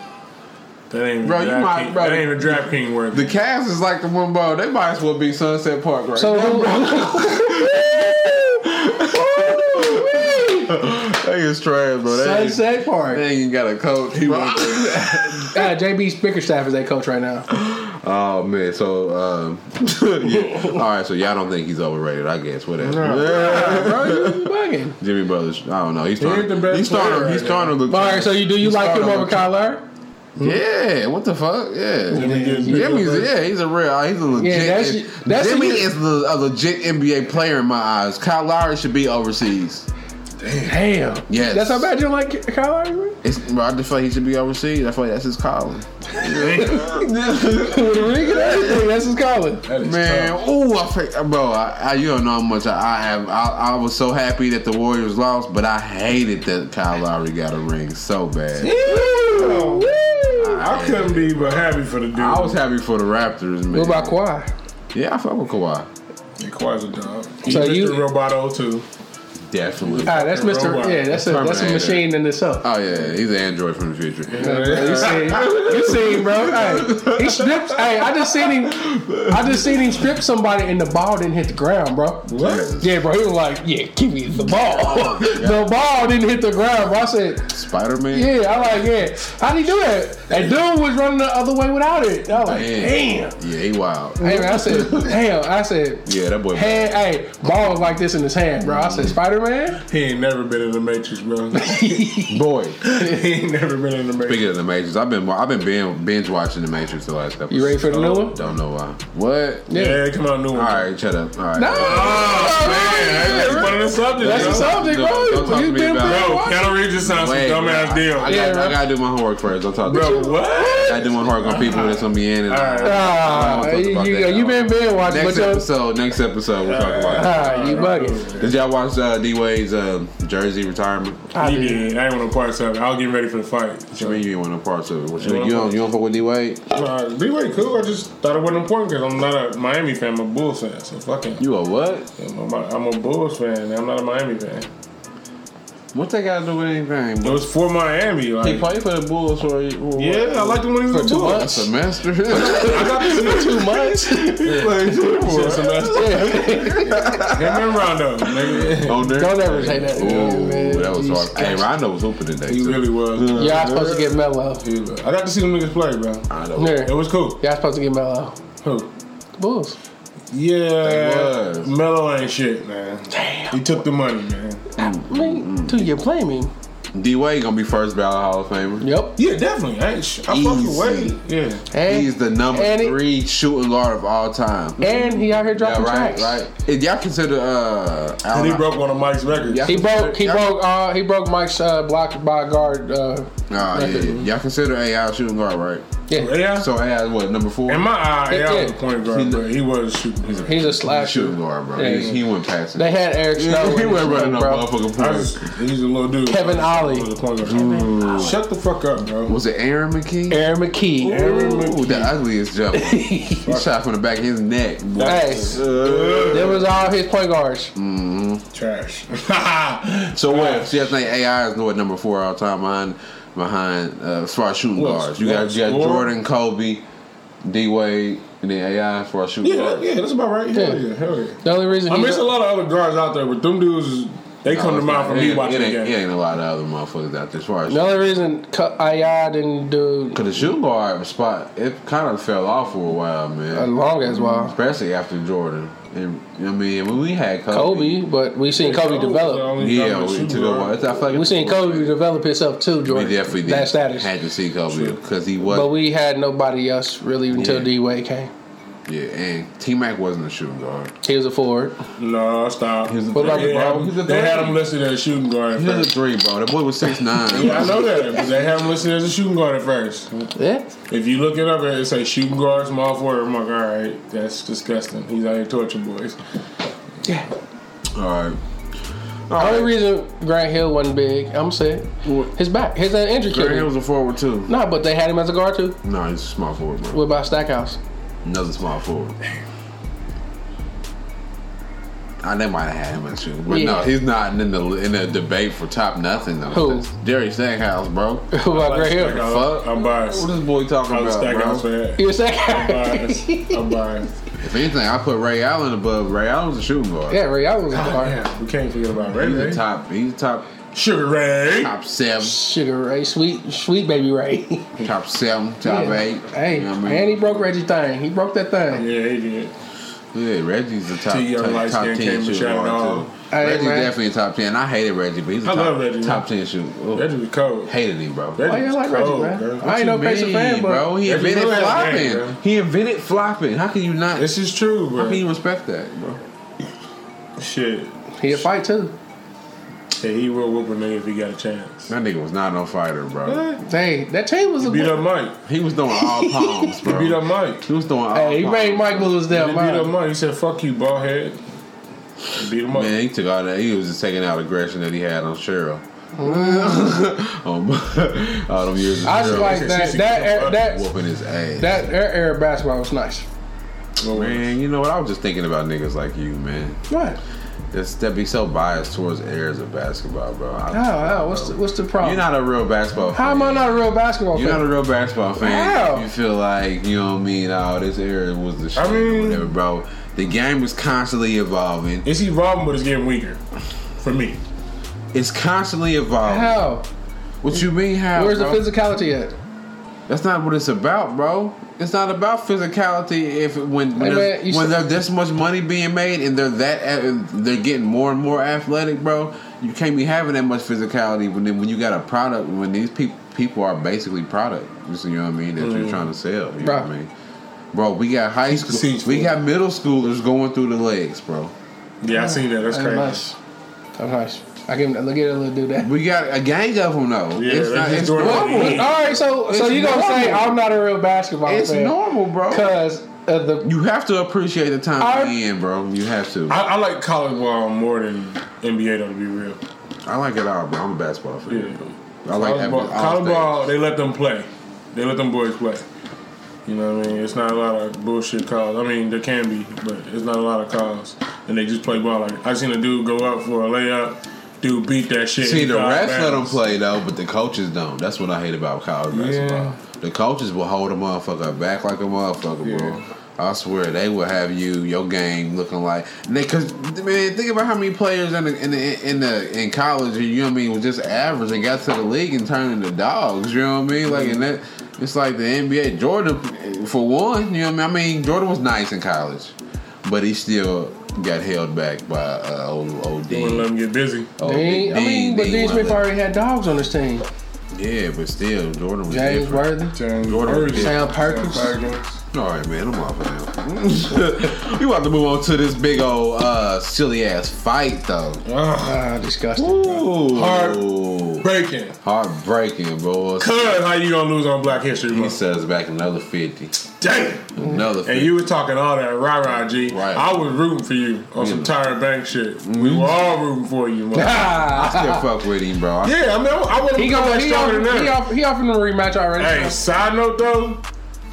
Speaker 5: That ain't even
Speaker 4: Bro, you
Speaker 5: Draft
Speaker 4: might-
Speaker 5: King-
Speaker 4: bro.
Speaker 5: That ain't even draft king worth.
Speaker 4: The Cavs is like the one, bro. They might as well be Sunset Park right
Speaker 6: So
Speaker 4: now.
Speaker 6: who,
Speaker 4: They is trash, bro. They, ain't-
Speaker 6: Sunset Park.
Speaker 4: they ain't even got a coach. He went to-
Speaker 6: Uh, JB Bickerstaff is their coach right now.
Speaker 4: oh man, so um, yeah. all right, so y'all don't think he's overrated? I guess whatever.
Speaker 6: Bro, you bugging.
Speaker 4: Jimmy Brothers, I don't know. He's starting.
Speaker 5: ain't the best
Speaker 4: he's starting.
Speaker 5: player
Speaker 4: he's
Speaker 5: right
Speaker 4: starting to look.
Speaker 6: All right, so you do you
Speaker 4: he's
Speaker 6: like him
Speaker 4: starting to
Speaker 6: over
Speaker 4: look-
Speaker 6: Kyle Lowry?
Speaker 4: Yeah. What the fuck? Yeah.
Speaker 5: Jimmy getting
Speaker 4: Jimmy's yeah, he's a real, uh, he's a legit.
Speaker 6: Yeah, that's- that's-
Speaker 4: Jimmy is the, a legit NBA player in my eyes. Kyle Lowry should be overseas.
Speaker 6: Damn.
Speaker 4: Yes.
Speaker 6: That's how bad you don't like Kyle Lowry. bro?
Speaker 4: It's, bro, I just feel like he should be overseas. I feel like that's his calling.
Speaker 6: With a ring and everything, That's his calling.
Speaker 5: That is
Speaker 4: Man,
Speaker 5: tough.
Speaker 4: ooh, I, feel- bro, I, I, you don't know how much I, I have. I, I was so happy that the Warriors lost, but I hated that Kyle Lowry got a ring so bad.
Speaker 5: I couldn't be but happy for the dude.
Speaker 4: I was happy for the Raptors, man.
Speaker 6: What about Kawhi?
Speaker 4: Yeah, I fuck with Kawhi.
Speaker 5: He quasi dog. He
Speaker 6: So
Speaker 5: Mr.
Speaker 6: you-
Speaker 5: Roboto too.
Speaker 4: Definitely.
Speaker 6: Ah, that's
Speaker 5: Fucking
Speaker 6: Mr.
Speaker 5: robot.
Speaker 6: Yeah, that's a that's a
Speaker 4: Terminator.
Speaker 6: machine in itself.
Speaker 4: Oh yeah, he's an android from the future.
Speaker 6: You seen, you seen, bro? Hey, he stripped. Hey, I just seen him. I just seen him strip somebody, and the ball didn't hit the ground, bro.
Speaker 5: What?
Speaker 6: Yeah, bro. He was like, "Yeah, give me the ball." the ball didn't hit the ground, bro. I said,
Speaker 4: Spider Man.
Speaker 6: "Yeah." I like, "Yeah." How would he do that? That dude was running the other way without it. I was like,
Speaker 4: Damn.
Speaker 6: "Damn."
Speaker 4: Yeah, he wild.
Speaker 6: Hey, man, I said, "Damn." I said,
Speaker 4: Yeah, that boy.
Speaker 6: Hand, hey, ball was like this in his hand, bro. I said, Spider better, man.
Speaker 5: He ain't never been in the Matrix, bro. he
Speaker 4: Boy,
Speaker 5: ain't never been in the Matrix.
Speaker 4: speaking of the Matrix, I've been I've been binge, binge watching the Matrix the last couple.
Speaker 6: You ready for the new one?
Speaker 4: Don't know why. What?
Speaker 5: Yeah, come on, new one. Oh,
Speaker 4: All right, shut up. All right.
Speaker 6: No,
Speaker 5: That's one of the
Speaker 6: that's
Speaker 5: subjects,
Speaker 6: the
Speaker 5: bro.
Speaker 6: subject,
Speaker 4: Don't-
Speaker 6: bro.
Speaker 4: don't talk to
Speaker 6: You've
Speaker 4: me
Speaker 6: been
Speaker 4: about it.
Speaker 6: playing
Speaker 5: Bro,
Speaker 6: watch-
Speaker 5: Keanu Reeves just sounds
Speaker 4: Wait,
Speaker 5: some dumbass
Speaker 4: I,
Speaker 5: deal.
Speaker 4: I, got,
Speaker 6: Yeah,
Speaker 4: I gotta do my homework first. Don't talk.
Speaker 5: bro,
Speaker 4: To me.
Speaker 5: what?
Speaker 4: I do my homework on people that's gonna be in it.
Speaker 5: All right.
Speaker 4: I
Speaker 6: Ah,
Speaker 4: don't wanna talk
Speaker 6: you,
Speaker 4: about
Speaker 6: you,
Speaker 4: that.
Speaker 6: you been been watching, but
Speaker 4: Next
Speaker 6: your-
Speaker 4: episode. Next episode. We'll talk about it.
Speaker 6: ah, you bugging.
Speaker 4: Did y'all watch uh, D Wade's um, Jersey retirement?
Speaker 6: I
Speaker 5: He
Speaker 6: did.
Speaker 5: did. I ain't want to part of it. I was getting ready for the fight.
Speaker 4: What you mean you ain't want no parts of it? What you,
Speaker 5: Yeah.
Speaker 4: you don't you don't fuck with D Wade?
Speaker 5: Nah, be way cool. I just thought it wasn't important because I'm not a Miami fan. I'm a Bulls fan. So fucking,
Speaker 4: You a what?
Speaker 5: I'm a, I'm a Bulls fan. I'm not a Miami fan.
Speaker 4: What they got to do with anything?
Speaker 5: It
Speaker 4: bro?
Speaker 5: was for Miami. Like,
Speaker 4: He played for the Bulls for, for
Speaker 5: yeah, I liked him when he was a
Speaker 6: two
Speaker 5: Bulls.
Speaker 4: a
Speaker 6: months.
Speaker 4: semester.
Speaker 5: I got to see him
Speaker 6: Too much.
Speaker 4: Played for a semester.
Speaker 5: and Rondo. Nigga.
Speaker 4: Oh, there.
Speaker 6: Don't ever say that.
Speaker 4: Ooh,
Speaker 6: man.
Speaker 4: that was
Speaker 6: You
Speaker 4: hard. Hey,
Speaker 6: sketch.
Speaker 4: Rondo was hooping today.
Speaker 5: He
Speaker 4: too.
Speaker 5: really was.
Speaker 6: Y'all supposed to get mellow.
Speaker 5: He was- I got to see them niggas play, bro.
Speaker 4: Rondo.
Speaker 6: Here,
Speaker 5: It was cool.
Speaker 6: y'all supposed to get mellow.
Speaker 5: Who?
Speaker 6: Bulls.
Speaker 5: Yeah,
Speaker 4: was.
Speaker 5: Melo ain't shit, man. He took the money, man.
Speaker 6: I mean, to your play me.
Speaker 4: D Wade gonna be first ballot Hall of Famer.
Speaker 6: Yep.
Speaker 5: Yeah, definitely. I, ain't sh- I
Speaker 4: Easy.
Speaker 5: fucking wait. Yeah.
Speaker 6: And,
Speaker 4: He's the number
Speaker 6: and he-
Speaker 4: three shooting guard of all time.
Speaker 6: and he out here
Speaker 4: yeah,
Speaker 6: dropping
Speaker 4: right,
Speaker 6: tracks.
Speaker 4: right. If y'all consider uh,
Speaker 5: And he
Speaker 4: Allen-
Speaker 5: broke one of Mike's records.
Speaker 4: Yeah.
Speaker 6: He broke. He
Speaker 4: Yeah.
Speaker 6: broke. Uh, he broke Mike's uh, block by a guard. Uh,
Speaker 4: Ah, yeah, yeah. y'all consider AI shooting guard, right?
Speaker 6: yeah,
Speaker 5: Yeah.
Speaker 4: So AI is what number four?
Speaker 5: In my eye,
Speaker 6: Yeah,
Speaker 5: yeah, I was
Speaker 6: yeah.
Speaker 5: a point guard, but he was shooting. guard.
Speaker 6: he's a slasher.
Speaker 4: shooting guard, bro.
Speaker 6: Yeah,
Speaker 4: he,
Speaker 6: yeah.
Speaker 4: he went passing.
Speaker 6: They had Eric Snow.
Speaker 4: he
Speaker 6: in
Speaker 4: went
Speaker 6: the
Speaker 4: running
Speaker 6: league,
Speaker 4: up motherfucking
Speaker 5: I
Speaker 4: points.
Speaker 5: just, he's a little dude.
Speaker 6: Kevin Ollie.
Speaker 5: He was a point guard. Shut the fuck up, bro.
Speaker 4: Was it Aaron McKee?
Speaker 6: Aaron McKee.
Speaker 5: Aaron
Speaker 4: Ooh,
Speaker 5: McKee.
Speaker 4: the ugliest jump. he shot from the back of his neck. boy.
Speaker 6: Hey,
Speaker 5: Ugh.
Speaker 6: that was all his point guards.
Speaker 5: Trash.
Speaker 4: So what? See, I think AI is what number four all time behind behind uh, as far as shooting
Speaker 5: What,
Speaker 4: guards. You got
Speaker 5: what,
Speaker 4: you got
Speaker 5: score?
Speaker 4: Jordan, Kobe, D Wade, and then AI as far as shooting
Speaker 5: yeah, that-
Speaker 4: guards.
Speaker 5: yeah, that's about right. Hell
Speaker 6: Yeah.
Speaker 5: yeah, hell yeah.
Speaker 6: The only reason
Speaker 5: I
Speaker 6: he
Speaker 5: mean, it's a lot of other guards out there, but them dudes, is- they come to
Speaker 4: it's
Speaker 5: mind
Speaker 4: not.
Speaker 5: for
Speaker 4: It
Speaker 5: me
Speaker 4: ain't-
Speaker 5: watching
Speaker 4: it
Speaker 5: the
Speaker 4: ain't,
Speaker 5: game.
Speaker 4: It ain't a lot of other motherfuckers out there as far as
Speaker 6: the only reason Ka- Ayad didn't do
Speaker 4: Cause the shooting guard spot, it kind of fell off for a while,
Speaker 6: a
Speaker 4: man.
Speaker 6: long as well.
Speaker 4: Especially after Jordan, and you know what I mean, when we had Kobe,
Speaker 6: Kobe, but we seen Kobe develop.
Speaker 4: yeah, we took a while. It's- I feel like
Speaker 6: We seen Kobe develop himself too,
Speaker 4: We
Speaker 6: Jordan.
Speaker 4: definitely did.
Speaker 6: That status.
Speaker 4: had to see Kobe because he was.
Speaker 6: But we had nobody else really until
Speaker 4: Yeah.
Speaker 6: D Wade came.
Speaker 4: yeah, and T Mac wasn't a shooting guard.
Speaker 6: He was a forward.
Speaker 5: No, stop.
Speaker 4: He's a
Speaker 5: They
Speaker 4: three,
Speaker 5: had-
Speaker 4: bro. He's a
Speaker 5: they
Speaker 4: three.
Speaker 5: had him listed as a shooting guard at
Speaker 4: He was a
Speaker 5: first.
Speaker 4: three, bro. That boy was six nine.
Speaker 5: Yeah, I know that, but they had him listed as a shooting guard at first.
Speaker 6: Yeah.
Speaker 5: If you look it up, it say shooting guard, small forward. I'm like, all right, that's disgusting. He's out here torturing boys.
Speaker 6: Yeah.
Speaker 4: All right.
Speaker 6: The only reason Grant Hill wasn't big, I'm saying, his back, his uh, injury
Speaker 4: Grant
Speaker 6: killed
Speaker 4: Hill was
Speaker 6: him.
Speaker 4: a forward too.
Speaker 6: No, but they had him as a guard too.
Speaker 4: No, he's a small forward, bro.
Speaker 6: What about Stackhouse?
Speaker 4: Another small forward. I they might have had him as shooting, but no,
Speaker 6: Yeah.
Speaker 4: he's not in the in the debate for top nothing though.
Speaker 6: Who?
Speaker 4: Jerry Stackhouse, bro.
Speaker 6: What about Grant Hill?
Speaker 5: Stackhouse.
Speaker 4: Fuck.
Speaker 5: I'm biased.
Speaker 4: What this boy talking
Speaker 5: I'm
Speaker 4: about,
Speaker 5: stacking
Speaker 4: bro?
Speaker 5: out for that.
Speaker 6: You Stackhouse?
Speaker 5: Biased. I'm biased.
Speaker 4: If anything, I put Ray Allen above. Ray Allen's a shooting guard.
Speaker 6: yeah, Ray Allen was a guard.
Speaker 5: Oh, Yeah, we can't forget about Ray
Speaker 4: He's
Speaker 5: Ray.
Speaker 4: a top. He's a top
Speaker 5: Sugar Ray.
Speaker 4: top seven,
Speaker 6: Sugar Ray, sweet, sweet baby Ray.
Speaker 4: top seven, top
Speaker 6: Yeah.
Speaker 4: eight.
Speaker 6: Hey,
Speaker 4: you know what I
Speaker 6: and
Speaker 4: mean?
Speaker 6: he broke Reggie thing. He broke that thing.
Speaker 5: Yeah, he did.
Speaker 4: yeah, Reggie's a top
Speaker 5: Two young
Speaker 4: top,
Speaker 5: light
Speaker 4: top
Speaker 5: skin
Speaker 4: ten
Speaker 5: came to
Speaker 4: shooting
Speaker 5: shine
Speaker 4: guard
Speaker 5: on.
Speaker 4: too.
Speaker 6: Hey,
Speaker 4: Reggie's
Speaker 6: man.
Speaker 4: definitely a top ten. I hated Reggie, but he's a
Speaker 5: I
Speaker 4: top,
Speaker 5: love Reggie,
Speaker 4: top
Speaker 5: man.
Speaker 4: ten shooting.
Speaker 5: Reggie was cold.
Speaker 4: Hated him, bro.
Speaker 5: Reggie
Speaker 6: Why you
Speaker 5: was
Speaker 6: Oh, like Reggie,
Speaker 5: cold,
Speaker 6: man?
Speaker 5: bro.
Speaker 6: I ain't no Pacer fan, but
Speaker 4: bro. He
Speaker 5: Reggie
Speaker 4: invented
Speaker 5: really had a game,
Speaker 4: flopping.
Speaker 5: bro.
Speaker 4: he invented flopping. How can you not?
Speaker 5: This is true,
Speaker 4: how
Speaker 5: bro.
Speaker 4: can you respect that, bro?
Speaker 5: Shit.
Speaker 6: He'll fight too.
Speaker 5: Yeah, he will whoop a nigga if he got a chance.
Speaker 4: That nigga was not no fighter, bro.
Speaker 6: Hey, that team was a
Speaker 5: Beat up Mike.
Speaker 4: He was doing all palms, bro.
Speaker 5: Beat up Mike.
Speaker 4: He was doing all
Speaker 6: Hey, he
Speaker 4: palms.
Speaker 6: made Mike lose
Speaker 5: He
Speaker 6: that
Speaker 5: beat up
Speaker 6: mind.
Speaker 5: Mike. He said, fuck you, bald head. Beat him up.
Speaker 4: Man, he took all that. He was just taking out aggression that he had on Cheryl. um, all them years. of
Speaker 6: Mm. I just
Speaker 4: Cheryl.
Speaker 6: like that. That that
Speaker 4: whooping his ass.
Speaker 6: that air, air basketball was nice.
Speaker 4: man, you know what? I was just thinking about niggas like you, man.
Speaker 6: What?
Speaker 4: That's, that be so biased towards heirs of basketball, bro. I-
Speaker 6: Oh, oh, what's the, what's the problem?
Speaker 4: You're not a real basketball.
Speaker 6: How am I not a real basketball
Speaker 4: You're not a
Speaker 6: fan?
Speaker 4: real basketball fan.
Speaker 6: How?
Speaker 4: You feel like you know what I mean. Oh, this era was the shit, or
Speaker 5: mean-
Speaker 4: whatever, bro. The game was constantly evolving.
Speaker 5: It's evolving, but it's getting weaker. For me.
Speaker 4: It's constantly evolving.
Speaker 6: How?
Speaker 4: What you mean? How?
Speaker 6: Where's the
Speaker 4: bro?
Speaker 6: physicality at?
Speaker 4: That's not what it's about, bro. It's not about physicality. If when when,
Speaker 6: Hey,
Speaker 4: there's-
Speaker 6: man, you
Speaker 4: when
Speaker 6: said-
Speaker 4: there's this much money being made and they're that a- and they're getting more and more athletic, bro, you can't be having that much physicality when when you got a product when these people people are basically product. You know what I mean? That you're trying to sell. You know
Speaker 6: Bro.
Speaker 4: what I mean? Bro, we got high
Speaker 5: Mm. Keep the
Speaker 4: school,
Speaker 5: seats
Speaker 4: we
Speaker 5: full.
Speaker 4: got middle schoolers going through the legs, bro.
Speaker 5: Yeah, I seen that. That's
Speaker 6: That's
Speaker 5: crazy.
Speaker 6: nice. That's nice. I give him. Look at that little dude. That.
Speaker 4: We got a gang of them though.
Speaker 5: Yeah,
Speaker 4: it's
Speaker 5: they
Speaker 4: not.
Speaker 5: just
Speaker 4: It's
Speaker 5: doing it.
Speaker 4: normal.
Speaker 5: Yeah.
Speaker 6: All right, so so
Speaker 4: It's
Speaker 6: you gonna say
Speaker 4: normal.
Speaker 6: I'm not a real basketball
Speaker 4: It's
Speaker 6: fan?
Speaker 4: normal, bro.
Speaker 6: because of the
Speaker 4: You have to appreciate the time
Speaker 6: I-
Speaker 4: we in, bro. You have to.
Speaker 5: I, I like college ball more than NBA, though, to be real.
Speaker 4: I like it all, bro. I'm a basketball fan.
Speaker 5: Yeah.
Speaker 4: I like
Speaker 5: college
Speaker 4: having
Speaker 5: ball,
Speaker 4: all
Speaker 5: college
Speaker 4: states.
Speaker 5: ball, they let them play. They let them boys play. You know what I mean? It's not a lot of bullshit calls. I mean, there can be, but it's not a lot of calls. And they just play ball. Like I seen a dude go up for a layup. Dude beat that shit.
Speaker 4: See,
Speaker 5: He
Speaker 4: the
Speaker 5: got
Speaker 4: refs let them
Speaker 5: bounced.
Speaker 4: play though, but the coaches don't. That's what I hate about college
Speaker 5: Yeah.
Speaker 4: basketball. The coaches will hold a motherfucker back like a motherfucker, bro.
Speaker 5: Yeah.
Speaker 4: I swear they will have you your game looking like because man, think about how many players in the in the in, the, in college you know what I mean was just average and got to the league and turned into dogs. You know what I mean? Like and that it's like the NBA. Jordan for one, you know what I mean? I mean Jordan was nice in college, but he still got held back by uh, old old
Speaker 5: They wouldn't
Speaker 4: Dean.
Speaker 5: let them get busy.
Speaker 4: Old
Speaker 6: Dean, I mean, but Dean Smith
Speaker 4: wasn't-
Speaker 6: already had dogs on his team.
Speaker 4: yeah, but still, Jordan was
Speaker 6: James
Speaker 4: different.
Speaker 6: Worthy,
Speaker 5: James
Speaker 4: Jordan
Speaker 5: Bird.
Speaker 4: was
Speaker 6: Sam Perkins.
Speaker 4: All right, man, I'm off of him. you about to move on to this big old uh, silly ass fight, though.
Speaker 5: Ah,
Speaker 6: Ah, disgusting.
Speaker 4: Ooh,
Speaker 5: Heart- breaking.
Speaker 4: heartbreaking, boy.
Speaker 5: Cuz how you gonna lose on Black History
Speaker 4: He
Speaker 5: Month?
Speaker 4: set us back another fifty,
Speaker 5: Damn.
Speaker 4: another
Speaker 5: And
Speaker 4: fifty.
Speaker 5: you were talking all that rah rah G.
Speaker 4: Right.
Speaker 5: I was rooting for you on some
Speaker 4: Yeah. Mm-hmm.
Speaker 5: Tyra Banks shit. We were all rooting for you. man.
Speaker 4: I
Speaker 6: Ah,
Speaker 4: still fuck with him, bro. I-
Speaker 5: yeah, I mean, I, I would
Speaker 6: he
Speaker 5: have
Speaker 6: going
Speaker 5: gone
Speaker 6: he
Speaker 5: stronger
Speaker 6: offered,
Speaker 5: than that.
Speaker 6: he, offered, he offered him a rematch already.
Speaker 5: Hey, side note though,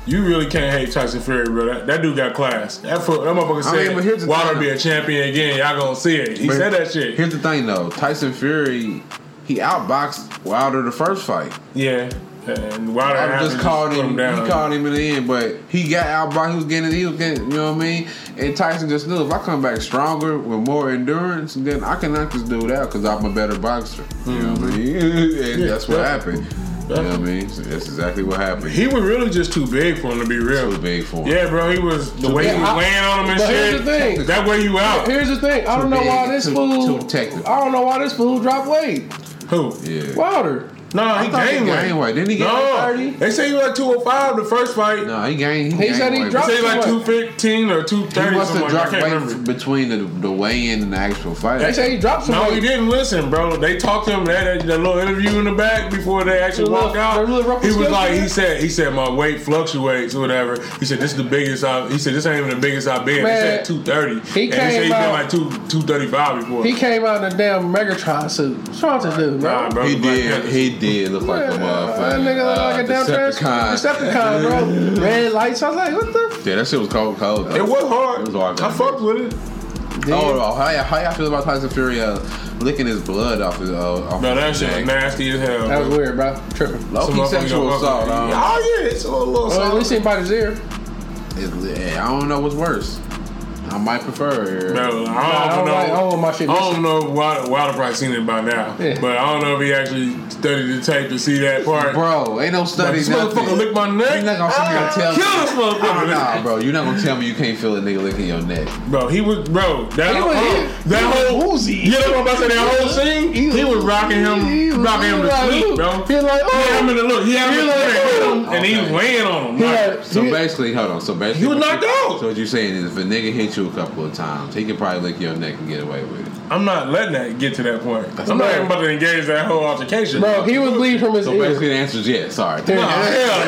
Speaker 5: you really can't hate Tyson Fury, bro. That, that dude got class. That, foot, that motherfucker
Speaker 4: I mean,
Speaker 5: said,
Speaker 4: but here's the
Speaker 5: Wilder
Speaker 4: thing.
Speaker 5: be a champion again. Y'all gonna see it. He
Speaker 4: But
Speaker 5: said that shit.
Speaker 4: Here's the thing, though. Tyson Fury, he outboxed Wilder the first fight.
Speaker 5: yeah. And Wilder
Speaker 4: I
Speaker 5: happened
Speaker 4: just called
Speaker 5: put
Speaker 4: him.
Speaker 5: down.
Speaker 4: He called him in the end, but he got out by he was getting he was getting you know what I mean. And Tyson just knew if I come back stronger with more endurance, then I can knock this dude out because I'm a better boxer. You know what I mean? and
Speaker 5: Mm-hmm. Yeah,
Speaker 4: that's what
Speaker 5: yeah.
Speaker 4: happened. You know what I mean? So that's exactly what happened. He
Speaker 5: He was really just too big for him to be real.
Speaker 4: was big for him.
Speaker 5: Yeah, bro, he was the way he
Speaker 6: big.
Speaker 5: was
Speaker 6: I-
Speaker 5: laying on him and
Speaker 6: but
Speaker 5: shit.
Speaker 6: here's the thing.
Speaker 5: That way you out.
Speaker 6: Here's the thing. I don't know
Speaker 4: big,
Speaker 6: why this
Speaker 4: too-
Speaker 6: fool.
Speaker 4: too technical.
Speaker 6: I don't know why this fool dropped weight.
Speaker 5: Who?
Speaker 4: Yeah.
Speaker 6: Wilder.
Speaker 5: No, he
Speaker 4: I thought he
Speaker 5: gained
Speaker 4: gained weight.
Speaker 5: weight.
Speaker 4: Didn't he gain
Speaker 5: no,
Speaker 6: 30?
Speaker 5: they say he was like 205 the first fight.
Speaker 4: No, he gained. He,
Speaker 6: He
Speaker 4: gained
Speaker 6: said he
Speaker 4: weight.
Speaker 5: They
Speaker 6: dropped-
Speaker 5: say like
Speaker 6: What?
Speaker 5: 215 or 230
Speaker 4: He
Speaker 5: or
Speaker 4: must have
Speaker 5: something like that. I
Speaker 4: dropped
Speaker 5: can't
Speaker 4: weight
Speaker 5: remember.
Speaker 4: between the, the weigh-in and the actual fight.
Speaker 6: They say he dropped some
Speaker 5: No, he
Speaker 6: weight.
Speaker 5: didn't listen, bro. They talked to him that that little interview in the back before they actually
Speaker 6: The little-
Speaker 5: walked
Speaker 6: the
Speaker 5: out.
Speaker 6: little ruffle
Speaker 5: He was
Speaker 6: skate
Speaker 5: like, he
Speaker 6: thing?
Speaker 5: said, he said my weight fluctuates or whatever. He said this is the biggest I. He said this ain't even the biggest I've been.
Speaker 6: Man,
Speaker 5: he said two thirty.
Speaker 6: he
Speaker 5: and he said he
Speaker 6: came
Speaker 5: been
Speaker 6: out-
Speaker 5: like two two thirty five before.
Speaker 6: He came out in a damn Megatron suit. What's wrong with this dude, bro?
Speaker 5: nah, bro.
Speaker 4: He
Speaker 5: the Black
Speaker 4: did.
Speaker 5: Panther.
Speaker 4: He did look like a
Speaker 6: Yeah,
Speaker 4: motherfucker.
Speaker 6: That nigga look like a
Speaker 4: Uh,
Speaker 6: damn trans-
Speaker 4: Decepticon.
Speaker 6: Decepticon, bro. Red lights. I was like, what the?
Speaker 4: Yeah, that shit was cold, cold.
Speaker 5: It was hard.
Speaker 4: It was hard.
Speaker 5: I fucked with it.
Speaker 4: Oh, oh, how, y'all- how y'all feel about Tyson Fury uh, licking his blood off his? Uh, off
Speaker 5: Bro, that
Speaker 4: his
Speaker 5: shit was
Speaker 4: neck?
Speaker 5: nasty as
Speaker 6: That
Speaker 5: hell. bro.
Speaker 6: was weird, bro. Tripping.
Speaker 4: Low
Speaker 5: Some
Speaker 4: key
Speaker 5: motherfucker
Speaker 4: sexual
Speaker 5: gonna fuck
Speaker 4: assault.
Speaker 5: with
Speaker 4: I
Speaker 5: you.
Speaker 4: don't-
Speaker 5: Oh yeah, it's a little, little
Speaker 6: Well, at least
Speaker 5: assault.
Speaker 6: he bought his ear.
Speaker 4: it's- I don't know what's worse. I might prefer.
Speaker 6: I
Speaker 5: Bro, I don't
Speaker 6: don't
Speaker 5: know. Oh,
Speaker 6: like- I don't want my shit
Speaker 5: I don't know. Wilder, Wilder probably seen it by now,
Speaker 6: Yeah.
Speaker 5: but I don't know if he actually studied the tape to see that part.
Speaker 4: Bro, ain't no
Speaker 5: Like,
Speaker 4: study.
Speaker 5: this motherfucker licked my neck. Ah,
Speaker 4: You're not gonna sit here and tell me.
Speaker 5: Kill this motherfucker.
Speaker 4: Nah, bro, you're not gonna tell me you can't feel a nigga licking your neck.
Speaker 5: Bro, he was bro. That
Speaker 6: He
Speaker 5: whole, uh,
Speaker 6: was-
Speaker 5: that
Speaker 6: he was
Speaker 5: whole
Speaker 6: woozy.
Speaker 5: You know what I'm about to say? That whole scene, he, was rocking
Speaker 6: he
Speaker 5: him,
Speaker 6: was-
Speaker 5: rocking
Speaker 6: he
Speaker 5: him to
Speaker 6: was like,
Speaker 5: sleep,
Speaker 6: "Ooh."
Speaker 5: bro.
Speaker 6: He was like,
Speaker 5: he had him in the look. He had him in the
Speaker 6: He was like,
Speaker 5: look, and he was
Speaker 4: Okay.
Speaker 5: laying on him.
Speaker 6: He
Speaker 5: like,
Speaker 6: had-
Speaker 4: So
Speaker 6: he-
Speaker 4: basically, hold on. So basically,
Speaker 5: He was
Speaker 4: what
Speaker 5: knocked
Speaker 4: you-
Speaker 5: out.
Speaker 4: So what you're saying is, if a nigga hit you a couple of times, he could probably lick your neck and get away with it.
Speaker 5: I'm not letting that get to that point. I'm not
Speaker 6: Bro.
Speaker 5: even about to engage that whole altercation.
Speaker 6: Bro, he was bleeding from his
Speaker 4: So
Speaker 6: ear.
Speaker 4: basically, the answer is yes. Sorry.
Speaker 5: Nah, hell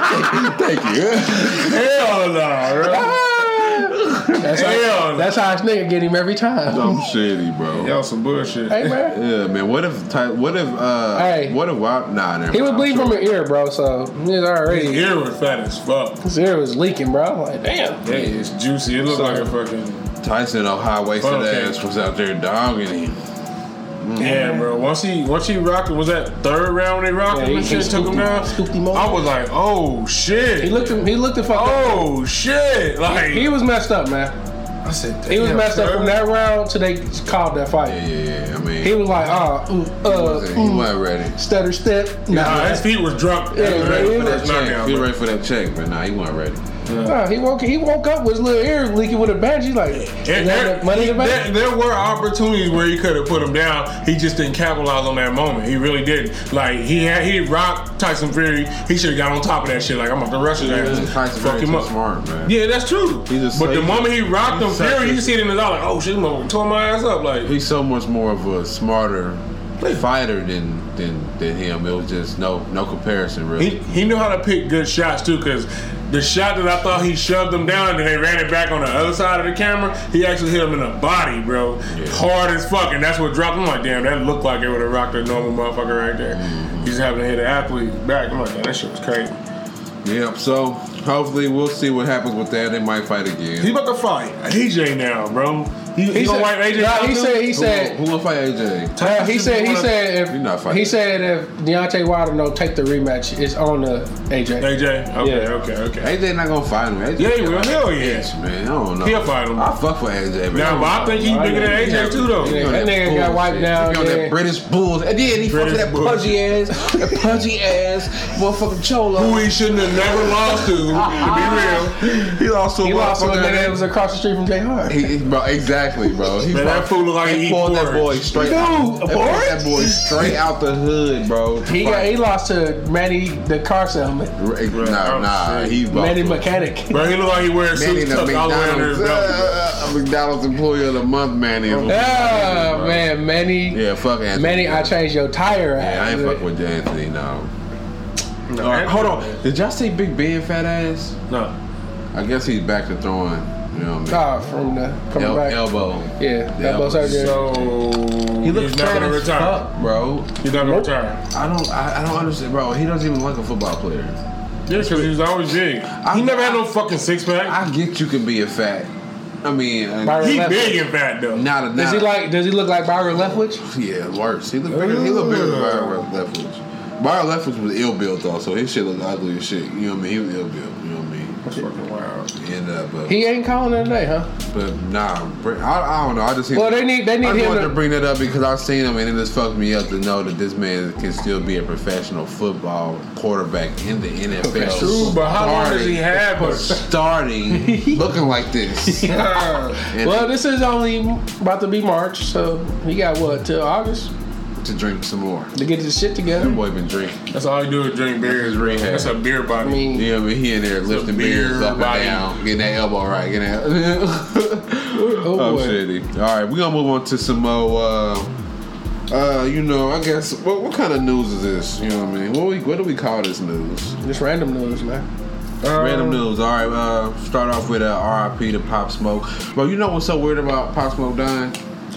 Speaker 5: no.
Speaker 4: Thank you.
Speaker 5: hell no, bro.
Speaker 6: That's
Speaker 5: Hell
Speaker 6: how,
Speaker 5: no.
Speaker 6: that's how his nigga get him every time.
Speaker 4: Dumb shitty, bro.
Speaker 5: Y'all some bullshit.
Speaker 6: Hey, man.
Speaker 4: Yeah, man. What if? Ty- What if? Uh,
Speaker 6: Hey.
Speaker 4: What if? Wild- nah, never
Speaker 6: He was
Speaker 4: mind.
Speaker 6: bleeding
Speaker 4: I'm
Speaker 6: from an ear, bro, so he was
Speaker 5: His
Speaker 6: already.
Speaker 5: ear was fat as fuck.
Speaker 6: His ear was leaking, bro. I'm like, damn.
Speaker 5: Hey, it's juicy. It looked like a fucking
Speaker 4: sure Tyson, old high waisted
Speaker 5: Okay.
Speaker 4: ass, was out there dogging him.
Speaker 5: yeah, bro. Once he once he rocked, was that third round they rocked
Speaker 6: Yeah,
Speaker 5: him
Speaker 6: he-
Speaker 5: and
Speaker 6: he
Speaker 5: shit took him
Speaker 6: scooped him-
Speaker 5: down.
Speaker 6: scooped him over.
Speaker 5: I was like, oh shit.
Speaker 6: He looked him, he looked the fuck up.
Speaker 5: Oh shit! Like
Speaker 6: He was messed up, man.
Speaker 5: I said,
Speaker 6: He was
Speaker 5: "Damn,
Speaker 6: messed up
Speaker 5: son."
Speaker 6: from that round to they called that fight.
Speaker 4: Yeah, yeah, yeah. I mean,
Speaker 6: He was like, ah, ooh, uh,
Speaker 4: wasn't- he
Speaker 6: ooh,
Speaker 4: wasn't ready.
Speaker 6: stutter step. Nah,
Speaker 5: Nah, his feet was dropped. Yeah,
Speaker 6: Yeah,
Speaker 5: ready
Speaker 6: he
Speaker 5: for
Speaker 6: was-
Speaker 4: that
Speaker 5: that
Speaker 4: check.
Speaker 5: knockout.
Speaker 4: He
Speaker 5: bro.
Speaker 4: ready for that check, but nah, he wasn't ready.
Speaker 6: nah, he woke he woke up with his little ear leaking with a badge. He's like, is
Speaker 5: And
Speaker 6: that
Speaker 5: there,
Speaker 6: the money in the bank?
Speaker 5: there, there were opportunities where he could have put him down. He just didn't capitalize on that moment. He really didn't. Like he had, he rocked Tyson Fury. He should have got on top of that shit. Like I'm about to rush his ass, and
Speaker 4: Tyson
Speaker 5: fuck
Speaker 4: Fury
Speaker 5: him
Speaker 4: too
Speaker 5: up.
Speaker 4: smart, man.
Speaker 5: Yeah, that's true.
Speaker 4: He's just
Speaker 5: but the
Speaker 4: so-
Speaker 5: moment he rocked him,
Speaker 4: he's such
Speaker 5: Fury, you
Speaker 4: a-
Speaker 5: can see it in his eye. Like, oh shit, motherfucker tore my ass up. Like
Speaker 4: He's so much more of a smarter fighter than than than him. It was just no no comparison,
Speaker 5: He,
Speaker 4: really.
Speaker 5: he knew how to pick good shots too, because the shot that I thought he shoved him down and they ran it back on the other side of the camera, he actually hit him in the body, bro. Hard as fuck, and that's what dropped him. I'm like, damn, that looked like it would have rocked a normal motherfucker right there. He just happened to hit an athlete back. I'm like, man, that shit was crazy.
Speaker 4: Yep. So hopefully we'll see what happens with that. They might fight again.
Speaker 5: He about to fight AJ now, bro. He, he, gonna wipe AJ
Speaker 6: nah,
Speaker 5: out
Speaker 6: he
Speaker 5: too?
Speaker 6: said he
Speaker 4: who,
Speaker 6: said
Speaker 4: who gonna fight AJ?
Speaker 6: Uh, he said. He said.
Speaker 4: You're not
Speaker 6: If,
Speaker 4: fighting.
Speaker 6: he said if Deontay Wilder don't take the rematch, it's on the AJ.
Speaker 5: AJ. Okay,
Speaker 6: Yeah.
Speaker 5: okay, okay.
Speaker 4: AJ not gonna fight him. AJ
Speaker 5: Yeah, he will. Hell yeah.
Speaker 4: Yes, man. I don't know.
Speaker 5: He'll fight him.
Speaker 4: I fuck with AJ. Man.
Speaker 5: Now, but I think he bigger than AJ too, though.
Speaker 4: He on
Speaker 6: That nigga
Speaker 4: bullshit.
Speaker 6: got wiped down,
Speaker 4: He on
Speaker 6: yeah.
Speaker 4: that British Bulls. And then he fucked
Speaker 5: British
Speaker 4: with that
Speaker 5: Bulls.
Speaker 4: pudgy ass, that pudgy ass motherfucking cholo.
Speaker 5: Who he shouldn't have never lost to. To be real.
Speaker 4: He lost to a
Speaker 6: He lost to a
Speaker 4: motherfucker
Speaker 6: nigga that
Speaker 4: that-
Speaker 6: was across the street from Jay Hart.
Speaker 4: He, he- bro, exactly, bro. He
Speaker 5: Man, that
Speaker 4: fucked-
Speaker 5: fool look like he eat
Speaker 4: pulled that
Speaker 5: porridge.
Speaker 4: boy straight.
Speaker 6: Dude,
Speaker 4: out, that,
Speaker 6: a
Speaker 4: boy,
Speaker 6: porridge?
Speaker 4: that boy straight out the hood, bro.
Speaker 6: He got. He lost to Manny the car salesman,
Speaker 4: Re- nah,
Speaker 5: I'm
Speaker 4: nah,
Speaker 5: straight.
Speaker 4: he bought
Speaker 6: Manny
Speaker 4: it.
Speaker 6: mechanic.
Speaker 5: Bro, he look like he wearing
Speaker 4: Manny
Speaker 5: suits
Speaker 4: the
Speaker 5: tucked all the way under his
Speaker 4: McDonald's,
Speaker 5: belt.
Speaker 4: uh, a McDonald's employee of the month, Manny.
Speaker 6: Ah Oh, man, Manny.
Speaker 4: Yeah, fuck Anthony.
Speaker 6: Manny, I changed your tire.
Speaker 4: Yeah, I ain't
Speaker 6: out.
Speaker 4: fuck with Anthony, no.
Speaker 5: No,
Speaker 4: All right, hold on. Did y'all see Big Ben fat ass?
Speaker 5: No.
Speaker 4: I guess he's back to throwing. You know what I
Speaker 6: Nah, from the
Speaker 4: mean?
Speaker 6: coming
Speaker 4: El-
Speaker 6: back.
Speaker 4: elbow.
Speaker 6: Yeah,
Speaker 4: The
Speaker 6: elbow surgery.
Speaker 5: So
Speaker 4: He looks
Speaker 5: he's not
Speaker 4: fat
Speaker 5: gonna
Speaker 4: as
Speaker 5: retire.
Speaker 4: fuck, bro.
Speaker 5: He's not gonna retire.
Speaker 4: I don't, I, I don't understand, bro. He doesn't even look like a football player.
Speaker 5: Yeah, because he was always big. he never had no fucking six pack.
Speaker 4: I get you can be a fat. I mean, uh,
Speaker 6: Byron
Speaker 5: He
Speaker 6: Leftwich.
Speaker 5: big and fat though.
Speaker 4: not a. Not,
Speaker 6: Does he like? Does he look like Byron Leftwich?
Speaker 4: Yeah, worse. He look bigger. He look bigger than Byron Leftwich. Byron Leftwich was ill built also. His shit looked ugly as shit. You know what I mean? He was ill built. You know what
Speaker 5: That's fucking wild.
Speaker 4: I mean? And uh, but
Speaker 6: He ain't calling it today, huh?
Speaker 4: but nah, br- I, I don't know. I just hit-
Speaker 6: Well, they need- they need
Speaker 4: I just
Speaker 6: him
Speaker 4: wanted to,
Speaker 6: to-
Speaker 4: bring that up because I seen him and it just fucked me up to know that this man can still be a professional football quarterback in the NFL.
Speaker 5: True, but how long does he have
Speaker 4: Starting-
Speaker 5: us?
Speaker 4: Starting looking like this. And-
Speaker 6: Well, this is only about to be March, so he got what till August
Speaker 4: to drink some more.
Speaker 6: to get his shit together.
Speaker 4: That boy been drinking.
Speaker 5: That's all he do is drink beers.
Speaker 4: his rehab.
Speaker 5: That's a beer
Speaker 6: I
Speaker 5: body.
Speaker 6: mean,
Speaker 4: You know what I mean? He in there lifting
Speaker 5: beer
Speaker 4: beers up
Speaker 5: body.
Speaker 4: and down, getting that elbow right, getting that. oh,
Speaker 6: boy.
Speaker 4: shitty. All right, we're gonna move on to some more. Uh, uh, you know, I guess what, what kind of news is this? You know what I mean? What we what do we call this news?
Speaker 6: just random news, man.
Speaker 5: Um,
Speaker 4: Random news. All right, uh, start off with uh, RIP to Pop Smoke. Bro, you know what's so weird about Pop Smoke dying?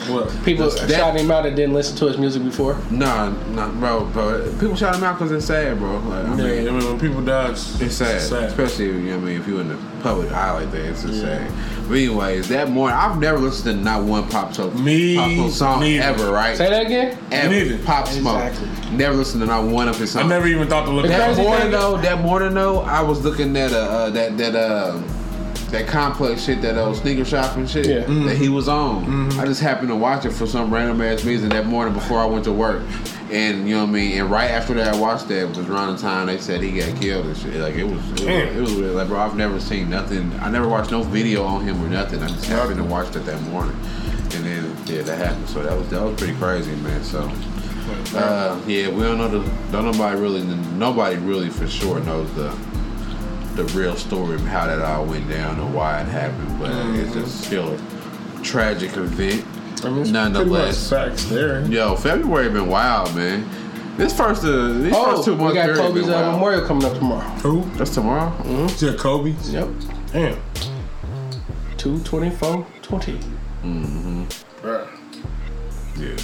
Speaker 5: What?
Speaker 6: People
Speaker 4: That-
Speaker 6: shouting him out and didn't listen to his music before.
Speaker 4: Nah, nah, bro, bro. People shout him out because it's sad, bro. Like, I
Speaker 5: Yeah,
Speaker 4: mean,
Speaker 5: I mean when people die, it's,
Speaker 4: It's sad, especially you know what I mean if you're in the public eye like that. It's just sad. But anyways, that morning I've never listened to not one pop smoke
Speaker 5: Me
Speaker 4: pop smoke song
Speaker 5: neither.
Speaker 4: ever, right?
Speaker 6: Say that again.
Speaker 4: ever.
Speaker 5: Neither.
Speaker 4: Pop smoke.
Speaker 6: Exactly.
Speaker 4: Never listened to not one of his
Speaker 5: I
Speaker 4: songs.
Speaker 5: never even thought to look
Speaker 4: that
Speaker 5: at
Speaker 6: Crazy
Speaker 5: it.
Speaker 4: morning
Speaker 6: thing-
Speaker 4: though, that morning though, I was looking at uh, uh that that uh that complex shit, that old sneaker shopping shit
Speaker 6: Yeah. Mm-hmm.
Speaker 4: that he was on. I just happened to watch it for some random ass reason that morning before I went to work. And you know what I mean? And right after that I watched that was around the time they said he got killed and shit. Like it was it was,
Speaker 5: Man.
Speaker 4: it was weird. Like bro, I've never seen nothing I never watched no video on him or nothing. I just happened to watch it that morning. And then yeah, that happened. So that was that was pretty crazy, man. So uh, yeah, we don't know the. Don't nobody really. Nobody really for sure knows the the real story of how that all went down or why it happened. But
Speaker 6: Mm-hmm.
Speaker 4: it's just still a tragic event,
Speaker 5: I mean, it's
Speaker 4: nonetheless.
Speaker 5: pretty much facts there.
Speaker 4: Yo, February been wild, man. This first, uh, these
Speaker 6: Oh,
Speaker 4: first two
Speaker 6: we
Speaker 4: months
Speaker 6: got
Speaker 4: period
Speaker 6: Kobe's
Speaker 4: been
Speaker 6: uh,
Speaker 4: wild.
Speaker 6: memorial Mm-hmm. coming up tomorrow.
Speaker 5: Who?
Speaker 4: That's tomorrow.
Speaker 5: Is it Kobe?
Speaker 6: Yep,
Speaker 5: Damn.
Speaker 6: two twenty four twenty.
Speaker 4: Yeah.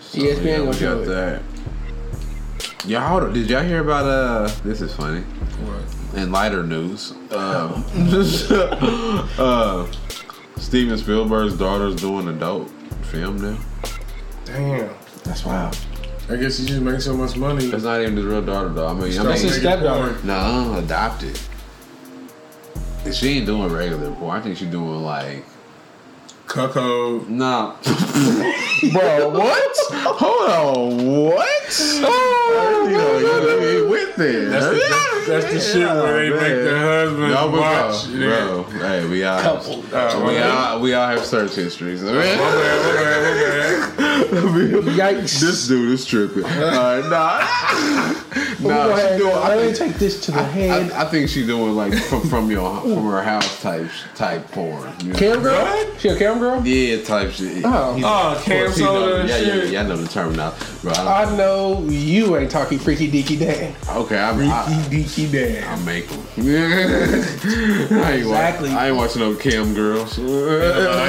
Speaker 4: So,
Speaker 6: ESPN
Speaker 4: yeah,
Speaker 6: gonna
Speaker 4: we
Speaker 6: show
Speaker 4: got
Speaker 6: it.
Speaker 4: that. Y'all, hold up. did y'all hear about uh? This is funny. In lighter news, uh, uh, Steven Spielberg's daughter's doing adult film now.
Speaker 5: Damn.
Speaker 6: That's wild.
Speaker 5: I guess he just makes so much money.
Speaker 4: It's not even his real daughter, though. I mean, I
Speaker 5: Don't
Speaker 6: That's
Speaker 4: mean,
Speaker 6: his
Speaker 5: make it
Speaker 6: stepdaughter.
Speaker 5: porn.
Speaker 4: nah, adopted. She ain't doing regular porn. I think she doing like
Speaker 5: Cuckold.
Speaker 4: no. Bro, what? Hold on, what? Oh, you know, you know, you with this.
Speaker 5: That's the, that's the shit where they make the husband
Speaker 4: No, but
Speaker 5: watch. Uh,
Speaker 4: bro,
Speaker 5: yeah.
Speaker 4: uh, bro, hey, we all,
Speaker 6: Couple.
Speaker 5: Oh,
Speaker 4: we
Speaker 5: okay.
Speaker 4: all, we all have search histories.
Speaker 5: Okay, okay, Oh, okay.
Speaker 6: Yikes.
Speaker 4: this dude is tripping. Uh, nah,
Speaker 6: Go
Speaker 4: nah, she
Speaker 6: ahead,
Speaker 4: doing. I
Speaker 6: Let me
Speaker 4: think,
Speaker 6: take this to the head.
Speaker 4: I, I think she doing like from, from your from her house type type porn. You know?
Speaker 6: Cam girl?
Speaker 5: What?
Speaker 6: She a cam girl?
Speaker 4: Yeah, type shit.
Speaker 6: Oh.
Speaker 4: He's-
Speaker 5: Oh,
Speaker 4: of
Speaker 5: cam
Speaker 4: course, you know-
Speaker 5: soda and
Speaker 4: yeah, yeah,
Speaker 5: shit.
Speaker 4: yeah, I know the terminology. Bro, I
Speaker 6: I know you ain't talking freaky deaky dang.
Speaker 4: don't- okay, I'm, I,
Speaker 5: Freaky deaky
Speaker 4: I
Speaker 5: dad.
Speaker 4: make them. I ain't
Speaker 6: Exactly.
Speaker 4: Watch, I ain't watching no cam girls.
Speaker 5: I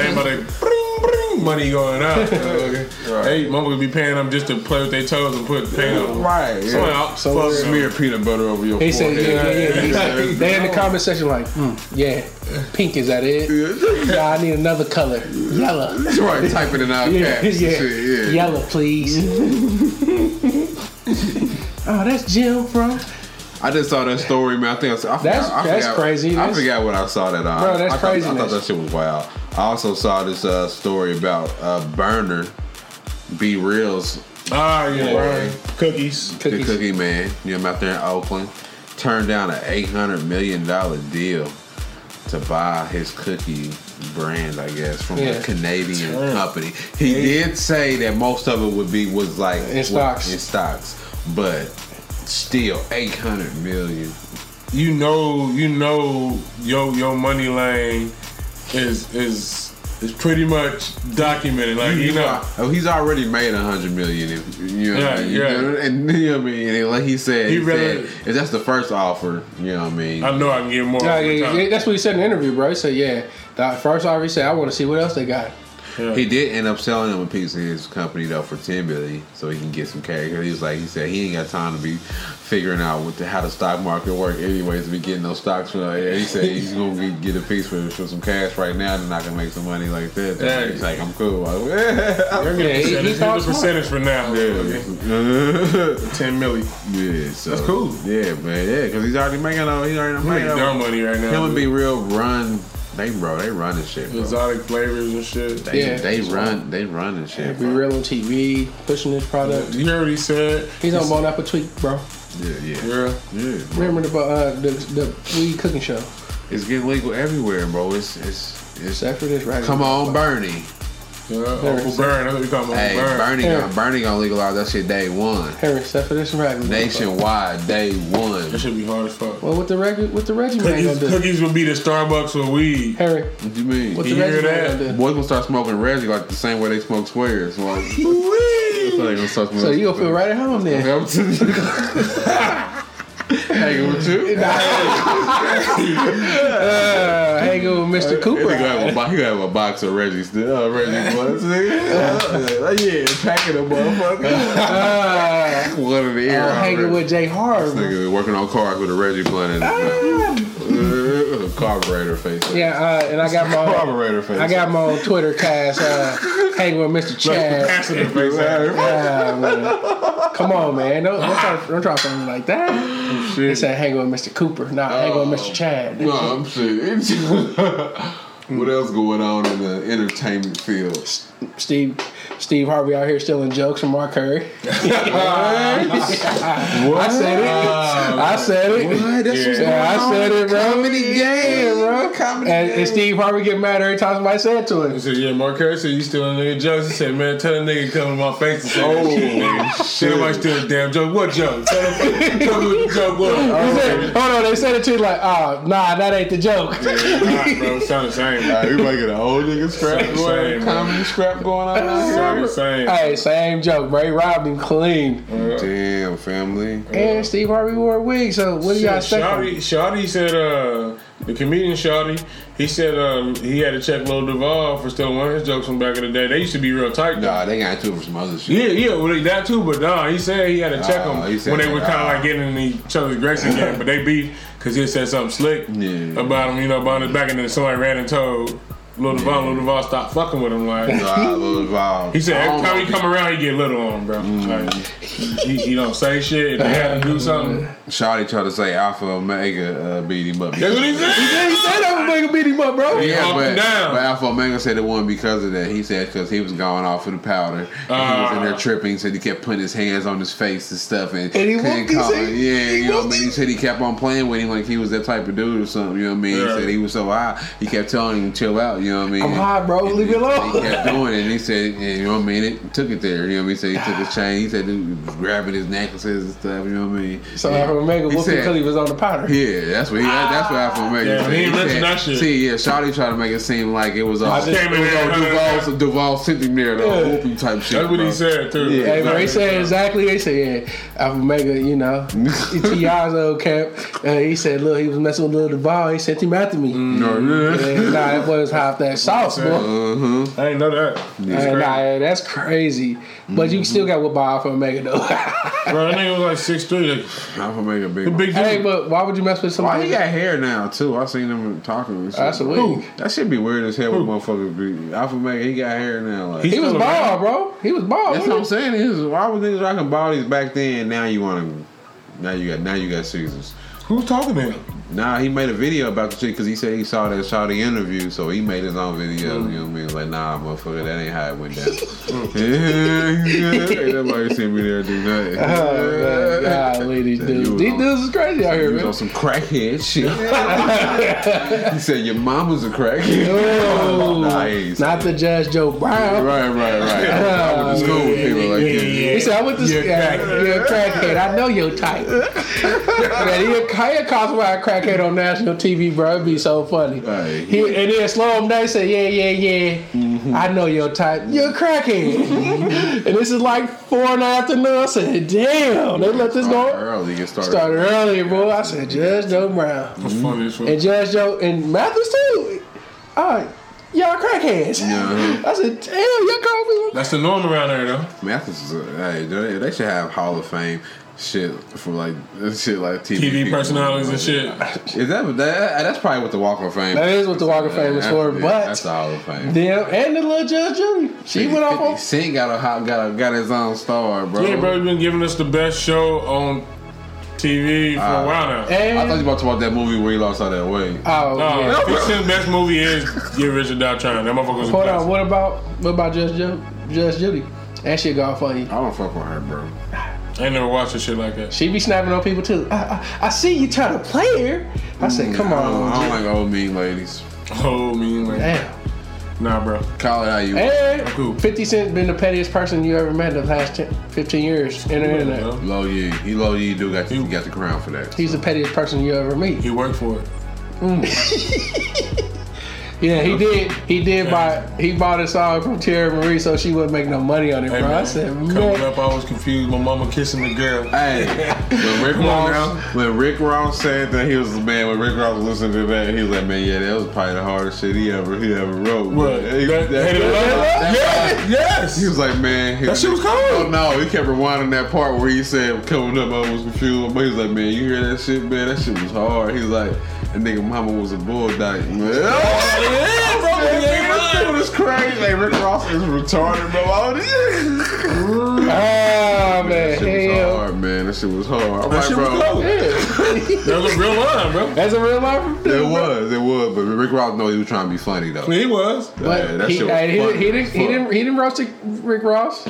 Speaker 5: ain't about to bring, bring money going out. okay.
Speaker 4: Right.
Speaker 5: Hey, motherfuckers be paying them just to play with their toes and put paint on. them.
Speaker 4: Right.
Speaker 5: Someone
Speaker 4: Yeah.
Speaker 5: out.
Speaker 6: So
Speaker 5: fuck
Speaker 6: weird.
Speaker 4: Smear
Speaker 5: me.
Speaker 4: peanut butter over your
Speaker 6: He said,
Speaker 4: forehead.
Speaker 6: yeah, yeah, yeah. He said- they in the
Speaker 4: Yeah.
Speaker 6: comment section like, hmm, yeah, pink is that it? Yeah, I need another color, yellow.
Speaker 4: That's right, typing in our
Speaker 6: Yeah,
Speaker 4: caps.
Speaker 6: yeah,
Speaker 4: Yeah. Shit, yeah.
Speaker 6: yellow, please. oh, that's Jim from.
Speaker 4: I just saw that story, man. I think I, saw, I forgot,
Speaker 6: That's-
Speaker 4: I
Speaker 6: that's
Speaker 4: forgot,
Speaker 6: crazy.
Speaker 4: I
Speaker 6: That's-
Speaker 4: forgot what I saw that on.
Speaker 6: Bro, that's
Speaker 4: I thought, I
Speaker 6: craziness.
Speaker 4: thought that shit was wild. I also saw this uh, story about uh, Burner B Reels,
Speaker 5: Ah, yeah,
Speaker 4: Right.
Speaker 5: right. Cookies.
Speaker 4: the
Speaker 6: Cookies.
Speaker 4: Cookie Man. You know, him out there in Oakland, turned down an eight hundred million dollar deal to buy his cookie brand, I guess, from
Speaker 6: Yeah.
Speaker 4: a Canadian company. He did say that most of it would be was like
Speaker 6: In
Speaker 4: was
Speaker 6: stocks.
Speaker 4: in stocks, but still eight hundred million.
Speaker 5: You know, you know, your your money lane is is is pretty much documented. Like you know,
Speaker 4: Oh, he's already made a hundred million. If, you know what I mean?
Speaker 5: Yeah, yeah.
Speaker 4: And you know what I mean? And like he said,
Speaker 5: He
Speaker 4: he,
Speaker 5: really-
Speaker 4: said, if that's the first offer, you know what I mean?
Speaker 5: I know I can get more.
Speaker 6: Yeah,
Speaker 5: over
Speaker 6: yeah,
Speaker 5: time.
Speaker 6: yeah, that's what he said in the interview, bro. He said, yeah, that first offer, he said, I want to see what else they got.
Speaker 4: He did end up selling him a piece of his company though for ten billion, so he can get some cash. He was like, he said he ain't got time to be figuring out what the, how the stock market work. Anyways, to be getting those stocks. From, he said he's gonna be, get a piece for, for some cash right now, and not gonna make some money like that.
Speaker 5: Yeah.
Speaker 4: He's like, I'm cool.
Speaker 5: You're getting
Speaker 6: Yeah, he- he
Speaker 5: percentage.
Speaker 6: thought
Speaker 5: Here's the
Speaker 6: smart.
Speaker 5: percentage for now. Okay. Ten milli.
Speaker 4: Yeah, so
Speaker 5: That's cool.
Speaker 4: Yeah, man. Yeah, because he's already making a he's already
Speaker 5: Make
Speaker 4: making
Speaker 5: dumb
Speaker 4: a,
Speaker 5: money right now.
Speaker 4: him and
Speaker 5: dude.
Speaker 4: be real run. They bro, they run and shit. Bro.
Speaker 5: exotic flavors and shit.
Speaker 4: They,
Speaker 6: Yeah.
Speaker 4: they run, they run and shit.
Speaker 6: We
Speaker 4: Bro.
Speaker 6: real on TV, pushing this product.
Speaker 5: You heard what he said?
Speaker 6: He's on Bon Apple Tweet, bro.
Speaker 4: Yeah, yeah,
Speaker 5: Yeah.
Speaker 4: yeah. Bro.
Speaker 6: Remember the, uh, the, the weed cooking show?
Speaker 4: It's getting legal everywhere, bro. It's it's it's.
Speaker 6: Except for this right
Speaker 4: Come
Speaker 6: here.
Speaker 4: on, Bernie.
Speaker 5: Yeah. Uncle Burn. That's what we call him. Uncle
Speaker 4: Hey,
Speaker 5: Burn.
Speaker 4: Bernie,
Speaker 6: Yeah.
Speaker 4: gonna, Bernie gonna legalize that shit day one,
Speaker 6: Harry, except for this regular.
Speaker 4: nationwide, day one.
Speaker 5: That should be hard as fuck.
Speaker 6: Well, what the regular, what the Reggie man
Speaker 5: Cookies,
Speaker 6: gonna do?
Speaker 5: cookies would be the Starbucks with weed.
Speaker 6: Harry,
Speaker 4: What you mean?
Speaker 6: what
Speaker 5: You
Speaker 6: the
Speaker 5: hear
Speaker 6: Reggie man
Speaker 5: that?
Speaker 6: gonna do?
Speaker 4: Boys gonna start smoking Reggie like the same way they smoke squares. Like, so they gonna start
Speaker 6: So
Speaker 4: smoking
Speaker 6: you gonna feel right at home then?
Speaker 4: Hanging with you?
Speaker 6: Uh, hanging with Mr.
Speaker 4: He gonna have a,
Speaker 6: Cooper.
Speaker 4: bo- he gonna have a box of Reggie's uh, Reggie ones. nigga. Uh, yeah, packing a motherfucker.
Speaker 6: Uh,
Speaker 4: One in the ear.
Speaker 6: I'm hanging
Speaker 4: already.
Speaker 6: with Jay Hard.
Speaker 4: This nigga working on cars with a Reggie plant in his mouth. Uh, Carburetor face.
Speaker 6: Yeah, uh, and I got my
Speaker 4: Carburetor face.
Speaker 6: I got my own Twitter cast. Uh, hanging with Mr. Chad.
Speaker 5: Acid in the face.
Speaker 6: Uh, man. Come on, man! Don't don't try, don't try something like that. They
Speaker 4: shit.
Speaker 6: said hang with Mr. Cooper, not hang with Mr. Chad.
Speaker 4: No, I'm serious. what else going on in the entertainment field?
Speaker 6: Steve Steve Harvey out here stealing jokes from Mark Curry. I said it. I said it.
Speaker 4: Ah. What? That's what's
Speaker 6: Yeah, I
Speaker 4: going on
Speaker 6: said
Speaker 4: in
Speaker 6: it, bro.
Speaker 4: Comedy game, bro. Comedy
Speaker 6: And,
Speaker 4: game.
Speaker 6: and Steve Harvey get mad every time somebody said to
Speaker 5: He
Speaker 6: him.
Speaker 5: said, yeah, Mark Harris said, you still a nigga jokes? He said, man, tell a nigga to come to my face and say,
Speaker 4: Oh,
Speaker 5: oh, shit, nigga. Shit, am I still a damn joke? What joke? Tell him, tell me what the joke was.
Speaker 6: He
Speaker 5: Oh,
Speaker 6: said,
Speaker 5: okay.
Speaker 6: Hold on, they said it to you like, oh, nah, that ain't the joke.
Speaker 5: Alright, bro, sound the same.
Speaker 4: All right, we might get an old nigga scrap
Speaker 5: Same,
Speaker 4: going,
Speaker 5: same.
Speaker 4: comedy scrap going on.
Speaker 5: Sound the same.
Speaker 6: hey, same joke, bro. He robbed him clean.
Speaker 4: Damn, family.
Speaker 6: And Steve Harvey wore a wig, so what do y'all expect? from
Speaker 5: Shawty,
Speaker 6: him?
Speaker 5: Shawty said, uh, the comedian Shawty, he said um, he had to check Lil Duval for stealing one of his jokes from back in the day. They used to be real tight, though.
Speaker 4: Nah, they got into it for some other shit.
Speaker 5: Yeah, yeah, well, they- that too, but nah, he said he had to check
Speaker 4: Nah,
Speaker 5: them
Speaker 4: he said
Speaker 5: when they were
Speaker 4: that,
Speaker 5: kind of
Speaker 4: nah.
Speaker 5: like getting in each other's grace again, but they beat because he said something slick
Speaker 4: Yeah.
Speaker 5: about him, you know, about his back, and then somebody ran and told Lil Devon, Lil Devon stopped fucking with him. Like
Speaker 4: Nah, Lil Devon.
Speaker 5: he said,
Speaker 4: I
Speaker 5: every
Speaker 4: don't Mm.
Speaker 5: time he come around, he get little on him, bro. Like, he, he don't say shit. If they had to do something,
Speaker 4: Shawty tried to say Alpha Omega uh, beat him up.
Speaker 5: that's what he said.
Speaker 6: He said that was gonna beat him up, bro.
Speaker 5: Yeah,
Speaker 4: Yeah,
Speaker 5: up
Speaker 4: but,
Speaker 5: and down.
Speaker 4: but Alpha Omega said it wasn't because of that. He said because he was going off of the powder. and he was in there
Speaker 5: Ah.
Speaker 4: tripping. Said he kept putting his hands on his face and stuff, and,
Speaker 6: And he
Speaker 4: couldn't
Speaker 6: whooped his
Speaker 4: call
Speaker 6: hand.
Speaker 4: it. Yeah,
Speaker 6: He
Speaker 4: you know what I
Speaker 6: whooped
Speaker 4: mean. He said he kept on playing with him like he was that type of dude or something. You know what I mean?
Speaker 5: Yeah.
Speaker 4: He said he was so high, he kept telling him chill out. You know what I mean?
Speaker 6: I'm high, bro. Leave me
Speaker 4: He
Speaker 6: alone.
Speaker 4: kept doing it, and he said, yeah, you know what I mean? It took it there. You know what I mean? He said he took his chain. He said he was grabbing his necklaces and stuff. You know what I mean?
Speaker 6: So
Speaker 4: Yeah.
Speaker 6: Alpha Omega
Speaker 4: He
Speaker 6: whooped him
Speaker 4: said-
Speaker 6: until he was on the powder.
Speaker 4: yeah, that's what he, that's what
Speaker 6: Ah.
Speaker 4: Alpha Omega
Speaker 5: Yeah,
Speaker 4: said.
Speaker 5: he ain't
Speaker 4: said-
Speaker 5: mentioned that shit.
Speaker 4: See, yeah, Shawty tried to make it seem like it was all
Speaker 5: just came in there and
Speaker 4: Duval,
Speaker 5: hunted
Speaker 4: so Duval sitting there the whole
Speaker 6: Yeah.
Speaker 4: whooping type shit.
Speaker 5: That's what
Speaker 4: bro.
Speaker 5: he said too.
Speaker 4: Yeah.
Speaker 6: Hey, bro, they
Speaker 4: uh,
Speaker 6: said exactly.
Speaker 5: Exactly.
Speaker 6: They said yeah, Alpha Omega, you know, Tia's old camp. Uh, he said, look, he was messing with Lil Duval. He sent him after me.
Speaker 4: Mm. No, yeah.
Speaker 6: Yeah, nah, that boy was hot off that sauce, boy.
Speaker 4: Uh-huh.
Speaker 5: I ain't know that. That's
Speaker 6: Yeah,
Speaker 5: crazy.
Speaker 6: nah, yeah, that's crazy. But
Speaker 4: Mm.
Speaker 6: you still got with Bob for Omega though.
Speaker 5: Bro, that nigga was like six three. Like,
Speaker 4: Alpha Omega big.
Speaker 5: big dude.
Speaker 6: hey, but why would you mess with
Speaker 4: Why
Speaker 6: somebody?
Speaker 4: he got hair now too? I seen him talking. and shit.
Speaker 6: That's a wig.
Speaker 4: That should be weird as hell. With motherfuckers be Alpha Omega. He got hair now. Like
Speaker 5: He-
Speaker 6: He was
Speaker 5: Still
Speaker 6: bald,
Speaker 5: around.
Speaker 6: bro. He was bald.
Speaker 4: that's what I'm saying. Is why was niggas rocking baldies back then? Now you want him. Now you got. Now you got Caesars.
Speaker 5: who's talking to
Speaker 4: Mm.
Speaker 5: him?
Speaker 4: Nah, he made a video about the shit because he said he saw that Shawty interview, so he made his own video. You know what I mean? Like, nah, motherfucker, that ain't how it went down. ain't nobody seen me there do nothing.
Speaker 6: Oh, man, golly, these
Speaker 4: You
Speaker 6: dudes.
Speaker 4: was
Speaker 6: These
Speaker 4: on-
Speaker 6: dudes is crazy out here,
Speaker 4: He was on
Speaker 6: man.
Speaker 4: some crackhead shit. he said your mama's a crackhead.
Speaker 6: Oh,
Speaker 4: Nah, he ain't
Speaker 6: Not to judge Joe Brown.
Speaker 4: Right, right, right. I, I went to school with people like that.
Speaker 6: He said, I went to
Speaker 5: You're a
Speaker 6: yeah, You're a crackhead. I know your type. man, he a, he a cosplay crackhead on national TV, bro. It'd be so funny.
Speaker 4: Right.
Speaker 6: He, and then slow him down. He said, Yeah, yeah, yeah. I know your type. You're a crackhead. and this is like four in the afternoon. I said, Damn, they let this
Speaker 4: Start
Speaker 6: go.
Speaker 4: Early, get started.
Speaker 6: Started earlier, bro. I said, Judge Joe Brown.
Speaker 5: That's funny as fuck.
Speaker 6: And Judge Joe and Mathis, too. Uh, y'all crackheads.
Speaker 4: Yeah.
Speaker 6: I said, Damn, y'all call me.
Speaker 5: That's the norm around there, though.
Speaker 4: Mathis is a, hey, they, they should have Hall of Fame shit from like shit like TV,
Speaker 5: TV
Speaker 4: people.
Speaker 5: personalities and shit.
Speaker 4: Is that, that that's probably what the Walk of Fame?
Speaker 6: That is what the Walk of Fame is
Speaker 4: Yeah,
Speaker 6: for,
Speaker 4: yeah,
Speaker 6: but-
Speaker 4: that's the Hall of Fame.
Speaker 6: Damn, and the little Judge Judy. She went off on.
Speaker 4: Sing got a hot, got a, got his own star, bro.
Speaker 5: Yeah, bro, you've been giving us the best show on TV for a while now.
Speaker 4: I thought you
Speaker 6: And,
Speaker 4: about to watch that movie where he lost all that weight.
Speaker 6: oh, yeah.
Speaker 5: No, Fiction best movie is Get Rich or Die Trying. That motherfucker was a
Speaker 6: Hold on,
Speaker 5: classic.
Speaker 6: what about what about Judge Ju- Judge Judy? That shit gone funny.
Speaker 4: I don't fuck with her, bro.
Speaker 5: I ain't never watched a shit like that.
Speaker 6: She be snapping on people too. I, I, I see you trying to play her. I said, come
Speaker 4: I don't, I
Speaker 6: on,
Speaker 4: don't
Speaker 6: Judge.
Speaker 4: like old mean ladies.
Speaker 5: Oh, mean,
Speaker 4: Mm.
Speaker 5: like,
Speaker 6: damn.
Speaker 5: nah, bro.
Speaker 4: Call it how you.
Speaker 5: Cool.
Speaker 6: And 50 Cent been the pettiest person you ever met in the last 10, 15 years in the internet.
Speaker 5: bro.
Speaker 4: Low Yee, he Low Yee do got he got the crown for that.
Speaker 6: He's the pettiest person you ever meet.
Speaker 5: He worked for it.
Speaker 6: Yeah, he did. He did buy. He bought a song from Cherry Marie, so she wouldn't make no money on it,
Speaker 5: Hey,
Speaker 6: bro. I
Speaker 5: man,
Speaker 6: said,
Speaker 5: coming
Speaker 6: man.
Speaker 5: up, I was confused. My mama kissing the girl.
Speaker 4: Hey, when Rick Ross, when Rick Ross said that he was the man, when Rick Ross was listening to that, he was like, man, yeah, that was probably the hardest shit he ever he ever wrote.
Speaker 5: What?
Speaker 4: He-
Speaker 5: That- Hate It or Love It? Yeah, yes.
Speaker 4: He was like, man, he
Speaker 5: That shit was cold.
Speaker 4: Oh no, he kept rewinding that part where he said coming up, I was confused. But he was like, man, you hear that shit, man? That shit was hard. He was like, that nigga mama was a bulldog, man.
Speaker 5: Yeah, bro, yeah, bro.
Speaker 4: This dude is crazy. Like Rick Ross is retarded, bro. Oh, this-
Speaker 6: Ah, man,
Speaker 4: that shit was
Speaker 6: hell.
Speaker 4: hard, man. That shit was hard. I'm
Speaker 5: That
Speaker 4: like,
Speaker 5: shit was
Speaker 4: bro.
Speaker 5: cold. That was a real line, bro.
Speaker 6: That's a real life.
Speaker 4: It was, it was, but Rick Ross, no, he was trying to be funny though.
Speaker 5: He was.
Speaker 6: But
Speaker 4: Yeah, that
Speaker 6: he,
Speaker 4: shit was
Speaker 6: hey, he,
Speaker 4: funny
Speaker 6: he
Speaker 4: as
Speaker 6: didn't, he
Speaker 4: fuck.
Speaker 6: didn't, he didn't roast it- Rick Ross.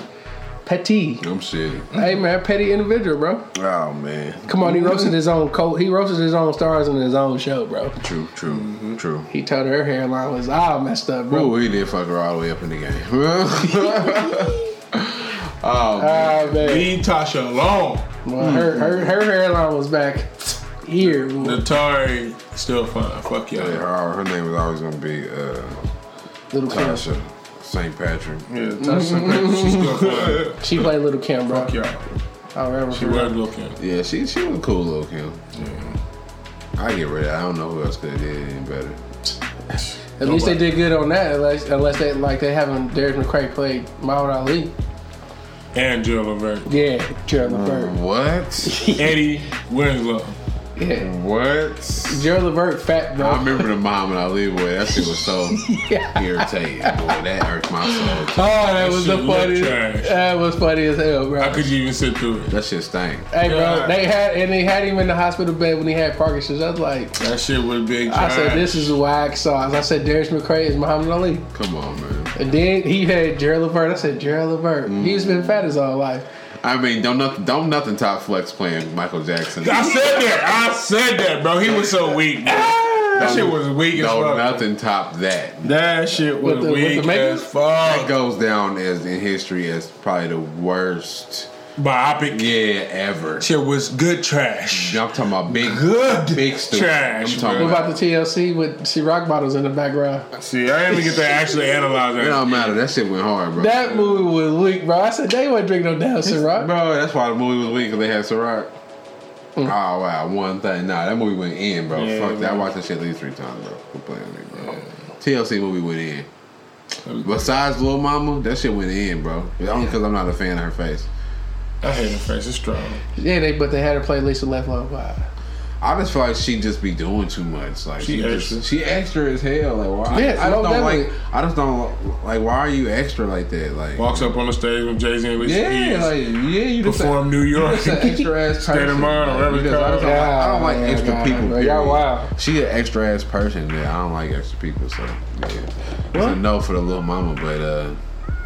Speaker 6: Petty,
Speaker 4: I'm shitty.
Speaker 6: hey man, petty individual, bro.
Speaker 4: Oh man,
Speaker 6: Come on, he roasted his own coat. He roasted his own stars in his own show, bro.
Speaker 4: true, true, true.
Speaker 6: He told her her hairline was all messed up, bro.
Speaker 4: Ooh, he did fuck her all the way up in the game. oh man.
Speaker 6: Ah man,
Speaker 5: Leave Tasha alone.
Speaker 6: well, her,
Speaker 4: Mm-hmm.
Speaker 6: her her hairline was back here.
Speaker 5: Natari still fine. Fuck y'all.
Speaker 4: Yeah, her, her name was always gonna be uh,
Speaker 6: Little Kim,
Speaker 4: Tasha St. Patrick. Mm-hmm.
Speaker 5: Yeah, Tasha, she's still fine.
Speaker 6: she played Little Kim, bro.
Speaker 5: Fuck y'all.
Speaker 6: I remember
Speaker 5: She
Speaker 6: her.
Speaker 5: was looking.
Speaker 4: Yeah, she she was a cool little Kim. I get rid of. I don't know who else could have did any better.
Speaker 6: At least they did good on that. Unless unless they like they haven't Derek McCray played Muhammad Ali.
Speaker 5: Angela Vert.
Speaker 4: Mm.
Speaker 6: Yeah, Gerald Levert.
Speaker 4: What?
Speaker 5: Eddie Winslow.
Speaker 6: Yeah.
Speaker 4: What?
Speaker 6: Gerald Levert, fat
Speaker 4: I
Speaker 6: bro.
Speaker 4: remember the Muhammad Ali boy. That shit was so
Speaker 6: Yeah.
Speaker 4: irritating, boy. That hurt my
Speaker 6: Oh,
Speaker 4: soul.
Speaker 6: that was
Speaker 5: shit
Speaker 6: the
Speaker 5: look
Speaker 6: funniest.
Speaker 5: trash.
Speaker 6: That was funny as hell, bro.
Speaker 5: How could you even sit through it?
Speaker 4: That shit stank.
Speaker 6: Hey, bro,
Speaker 5: God.
Speaker 6: they had and they had him in the hospital bed when he had Parkinson's. I was like,
Speaker 5: That shit was big.
Speaker 6: I said
Speaker 5: trash.
Speaker 6: this is whack sauce. I said Darius McCray is Muhammad Ali,
Speaker 4: Come on, man.
Speaker 6: and then he had Gerald Levert. I said Gerald Levert. He's been fat his whole life.
Speaker 4: I mean, don't nothing, don't nothing top flex playing Michael Jackson.
Speaker 5: I said that. I said that, bro. He was so weak. Bro.
Speaker 6: Ah!
Speaker 5: That shit was weak as
Speaker 4: Don't
Speaker 5: fuck.
Speaker 4: nothing top that.
Speaker 5: That shit was
Speaker 6: With the- with the
Speaker 5: weak
Speaker 6: makeup?
Speaker 5: as fuck.
Speaker 4: That goes down as in history as probably the worst
Speaker 5: Biopic.
Speaker 4: yeah ever.
Speaker 5: Shit was good trash.
Speaker 4: I'm talking about big
Speaker 5: Good
Speaker 4: big stupid.
Speaker 5: trash,
Speaker 4: I'm talking
Speaker 5: bro.
Speaker 6: What
Speaker 4: about,
Speaker 6: about the TLC with she rock bottles in the background?
Speaker 5: See, I didn't even get to actually analyze
Speaker 4: it
Speaker 5: that.
Speaker 4: don't matter. That shit went hard, bro.
Speaker 6: That movie was weak, bro. I said they wouldn't drink no damn Ciroc.
Speaker 4: Bro, that's why the movie was weak because they had Ciroc. Oh wow, one thing. Nah, that movie went in, bro.
Speaker 5: Yeah,
Speaker 4: Fuck that. I
Speaker 5: man.
Speaker 4: watched that shit at least three times, bro. Quit playing with me, bro. TLC movie went in. Besides Lil Mama, that shit went in, bro. Only because I'm not a fan of her face.
Speaker 5: I hate her face. It's strong.
Speaker 6: Yeah, they but they had her play Lisa Leflow. Wow.
Speaker 4: I just feel like she just be doing too much. Like she,
Speaker 5: She
Speaker 4: just,
Speaker 5: extra.
Speaker 4: she extra as hell. Like why?
Speaker 6: Yes,
Speaker 4: I just
Speaker 6: no,
Speaker 4: don't like.
Speaker 6: definitely.
Speaker 4: I just don't like. Why are you extra like that? Like
Speaker 5: Walks up on the stage with Jay Z and Alicia
Speaker 4: yeah,
Speaker 5: Keys.
Speaker 4: like yeah, you just
Speaker 5: perform New York.
Speaker 4: That's an extra ass person.
Speaker 5: State of mind or whatever
Speaker 4: You
Speaker 5: it's
Speaker 4: just- I, just
Speaker 5: called.
Speaker 4: don't like, I don't like
Speaker 6: Yeah,
Speaker 4: extra
Speaker 6: God,
Speaker 4: people.
Speaker 6: bro. Y'all
Speaker 4: period.
Speaker 6: wild.
Speaker 4: She an extra ass person. Yeah, I don't like extra people. So yeah, it's a no for the little mama. But uh,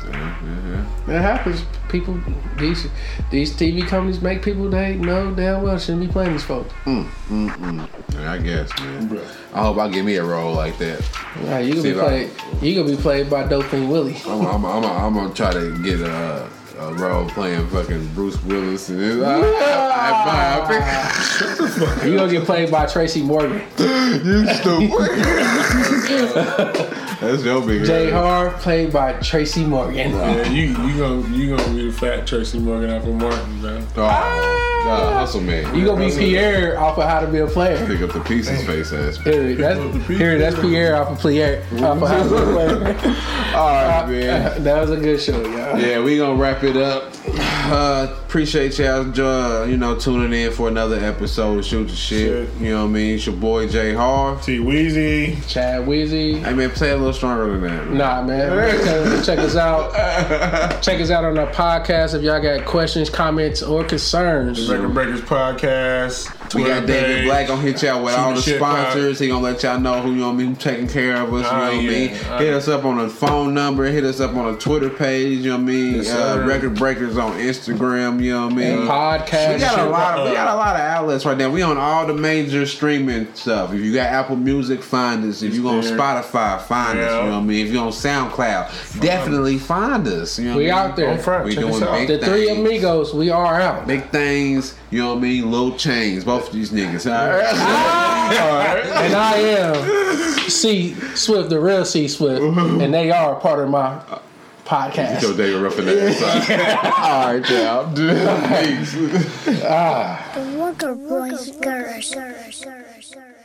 Speaker 4: yeah, yeah, yeah.
Speaker 6: It happens. People, these these TV companies make people they know damn well shouldn't be playing these folks.
Speaker 4: Yeah, I guess man. I hope I get me a role like that.
Speaker 6: Nah, you gonna
Speaker 4: See,
Speaker 6: be
Speaker 4: like-
Speaker 6: played. You gonna be played by Doping Willie.
Speaker 4: I'm I'm I'm I'm gonna try to get a. A role playing fucking Bruce Willis and his I, I,
Speaker 6: You gonna get played by Tracy Morgan.
Speaker 4: you stupid. That's your big
Speaker 6: J.
Speaker 4: ass.
Speaker 6: Har played by Tracy Morgan.
Speaker 5: Yeah, you you gonna you gonna be the fat Tracy Morgan off of Martin, bro.
Speaker 4: Oh, nah, hustle man.
Speaker 6: You gonna be
Speaker 4: Hustle.
Speaker 6: Pierre off of How to Be a Player.
Speaker 4: Pick up the pieces, face ass.
Speaker 6: Period. That's period. That's Pierre off of Pierre. Off of How to Be a Player. Uh,
Speaker 4: All right, man.
Speaker 6: that was a good show, y'all.
Speaker 4: Yeah, we gonna wrap it up. Uh, appreciate y'all, uh, you know, tuning in for another episode of Shoot the Shit.
Speaker 5: Shit.
Speaker 4: You know what I mean? It's your boy Jay Harv.
Speaker 5: T Weezy.
Speaker 6: Chad Weezy.
Speaker 4: Hey man, play a little stronger than that. man.
Speaker 6: Nah, man. Check- Check us out. Check us out on our podcast if y'all got questions, comments, or concerns.
Speaker 5: Record Breakers Podcast.
Speaker 4: We got
Speaker 5: Twitter
Speaker 4: David
Speaker 5: page.
Speaker 4: Black gonna hit y'all with
Speaker 5: Shoot
Speaker 4: all
Speaker 5: the
Speaker 4: the
Speaker 5: shit,
Speaker 4: sponsors. He gonna let y'all know who you know what I mean, who taking care of us. You know
Speaker 5: Ah,
Speaker 4: what I
Speaker 5: yeah.
Speaker 4: mean?
Speaker 5: Ah.
Speaker 4: Hit us up on a phone number. Hit us up on a Twitter page. You know what I mean?
Speaker 5: Yes,
Speaker 4: uh,
Speaker 5: sir.
Speaker 4: Record breakers on Instagram. You know what I mean?
Speaker 6: Podcast.
Speaker 4: We got a lot. Of, we
Speaker 5: uh,
Speaker 4: got a lot of outlets right now. We on all the major streaming stuff. If you got Apple Music, find us. If you on
Speaker 5: there.
Speaker 4: Spotify, find us. You
Speaker 5: Yeah.
Speaker 4: know what I mean. If you on SoundCloud, definitely find us. You know what
Speaker 6: We
Speaker 4: I mean?
Speaker 6: out there.
Speaker 5: On front.
Speaker 4: We
Speaker 5: Check
Speaker 4: doing
Speaker 5: us out.
Speaker 4: big
Speaker 6: The three
Speaker 4: things.
Speaker 6: amigos, we are out.
Speaker 4: Big things. You know what I mean? Little chains. Both of these niggas. All right.
Speaker 6: And I am C Swift, the real C Swift, and they are a part of my
Speaker 4: Yo,
Speaker 6: podcast.
Speaker 4: David Ruffin. All right, y'all. Peace.
Speaker 7: Worker boys, girls.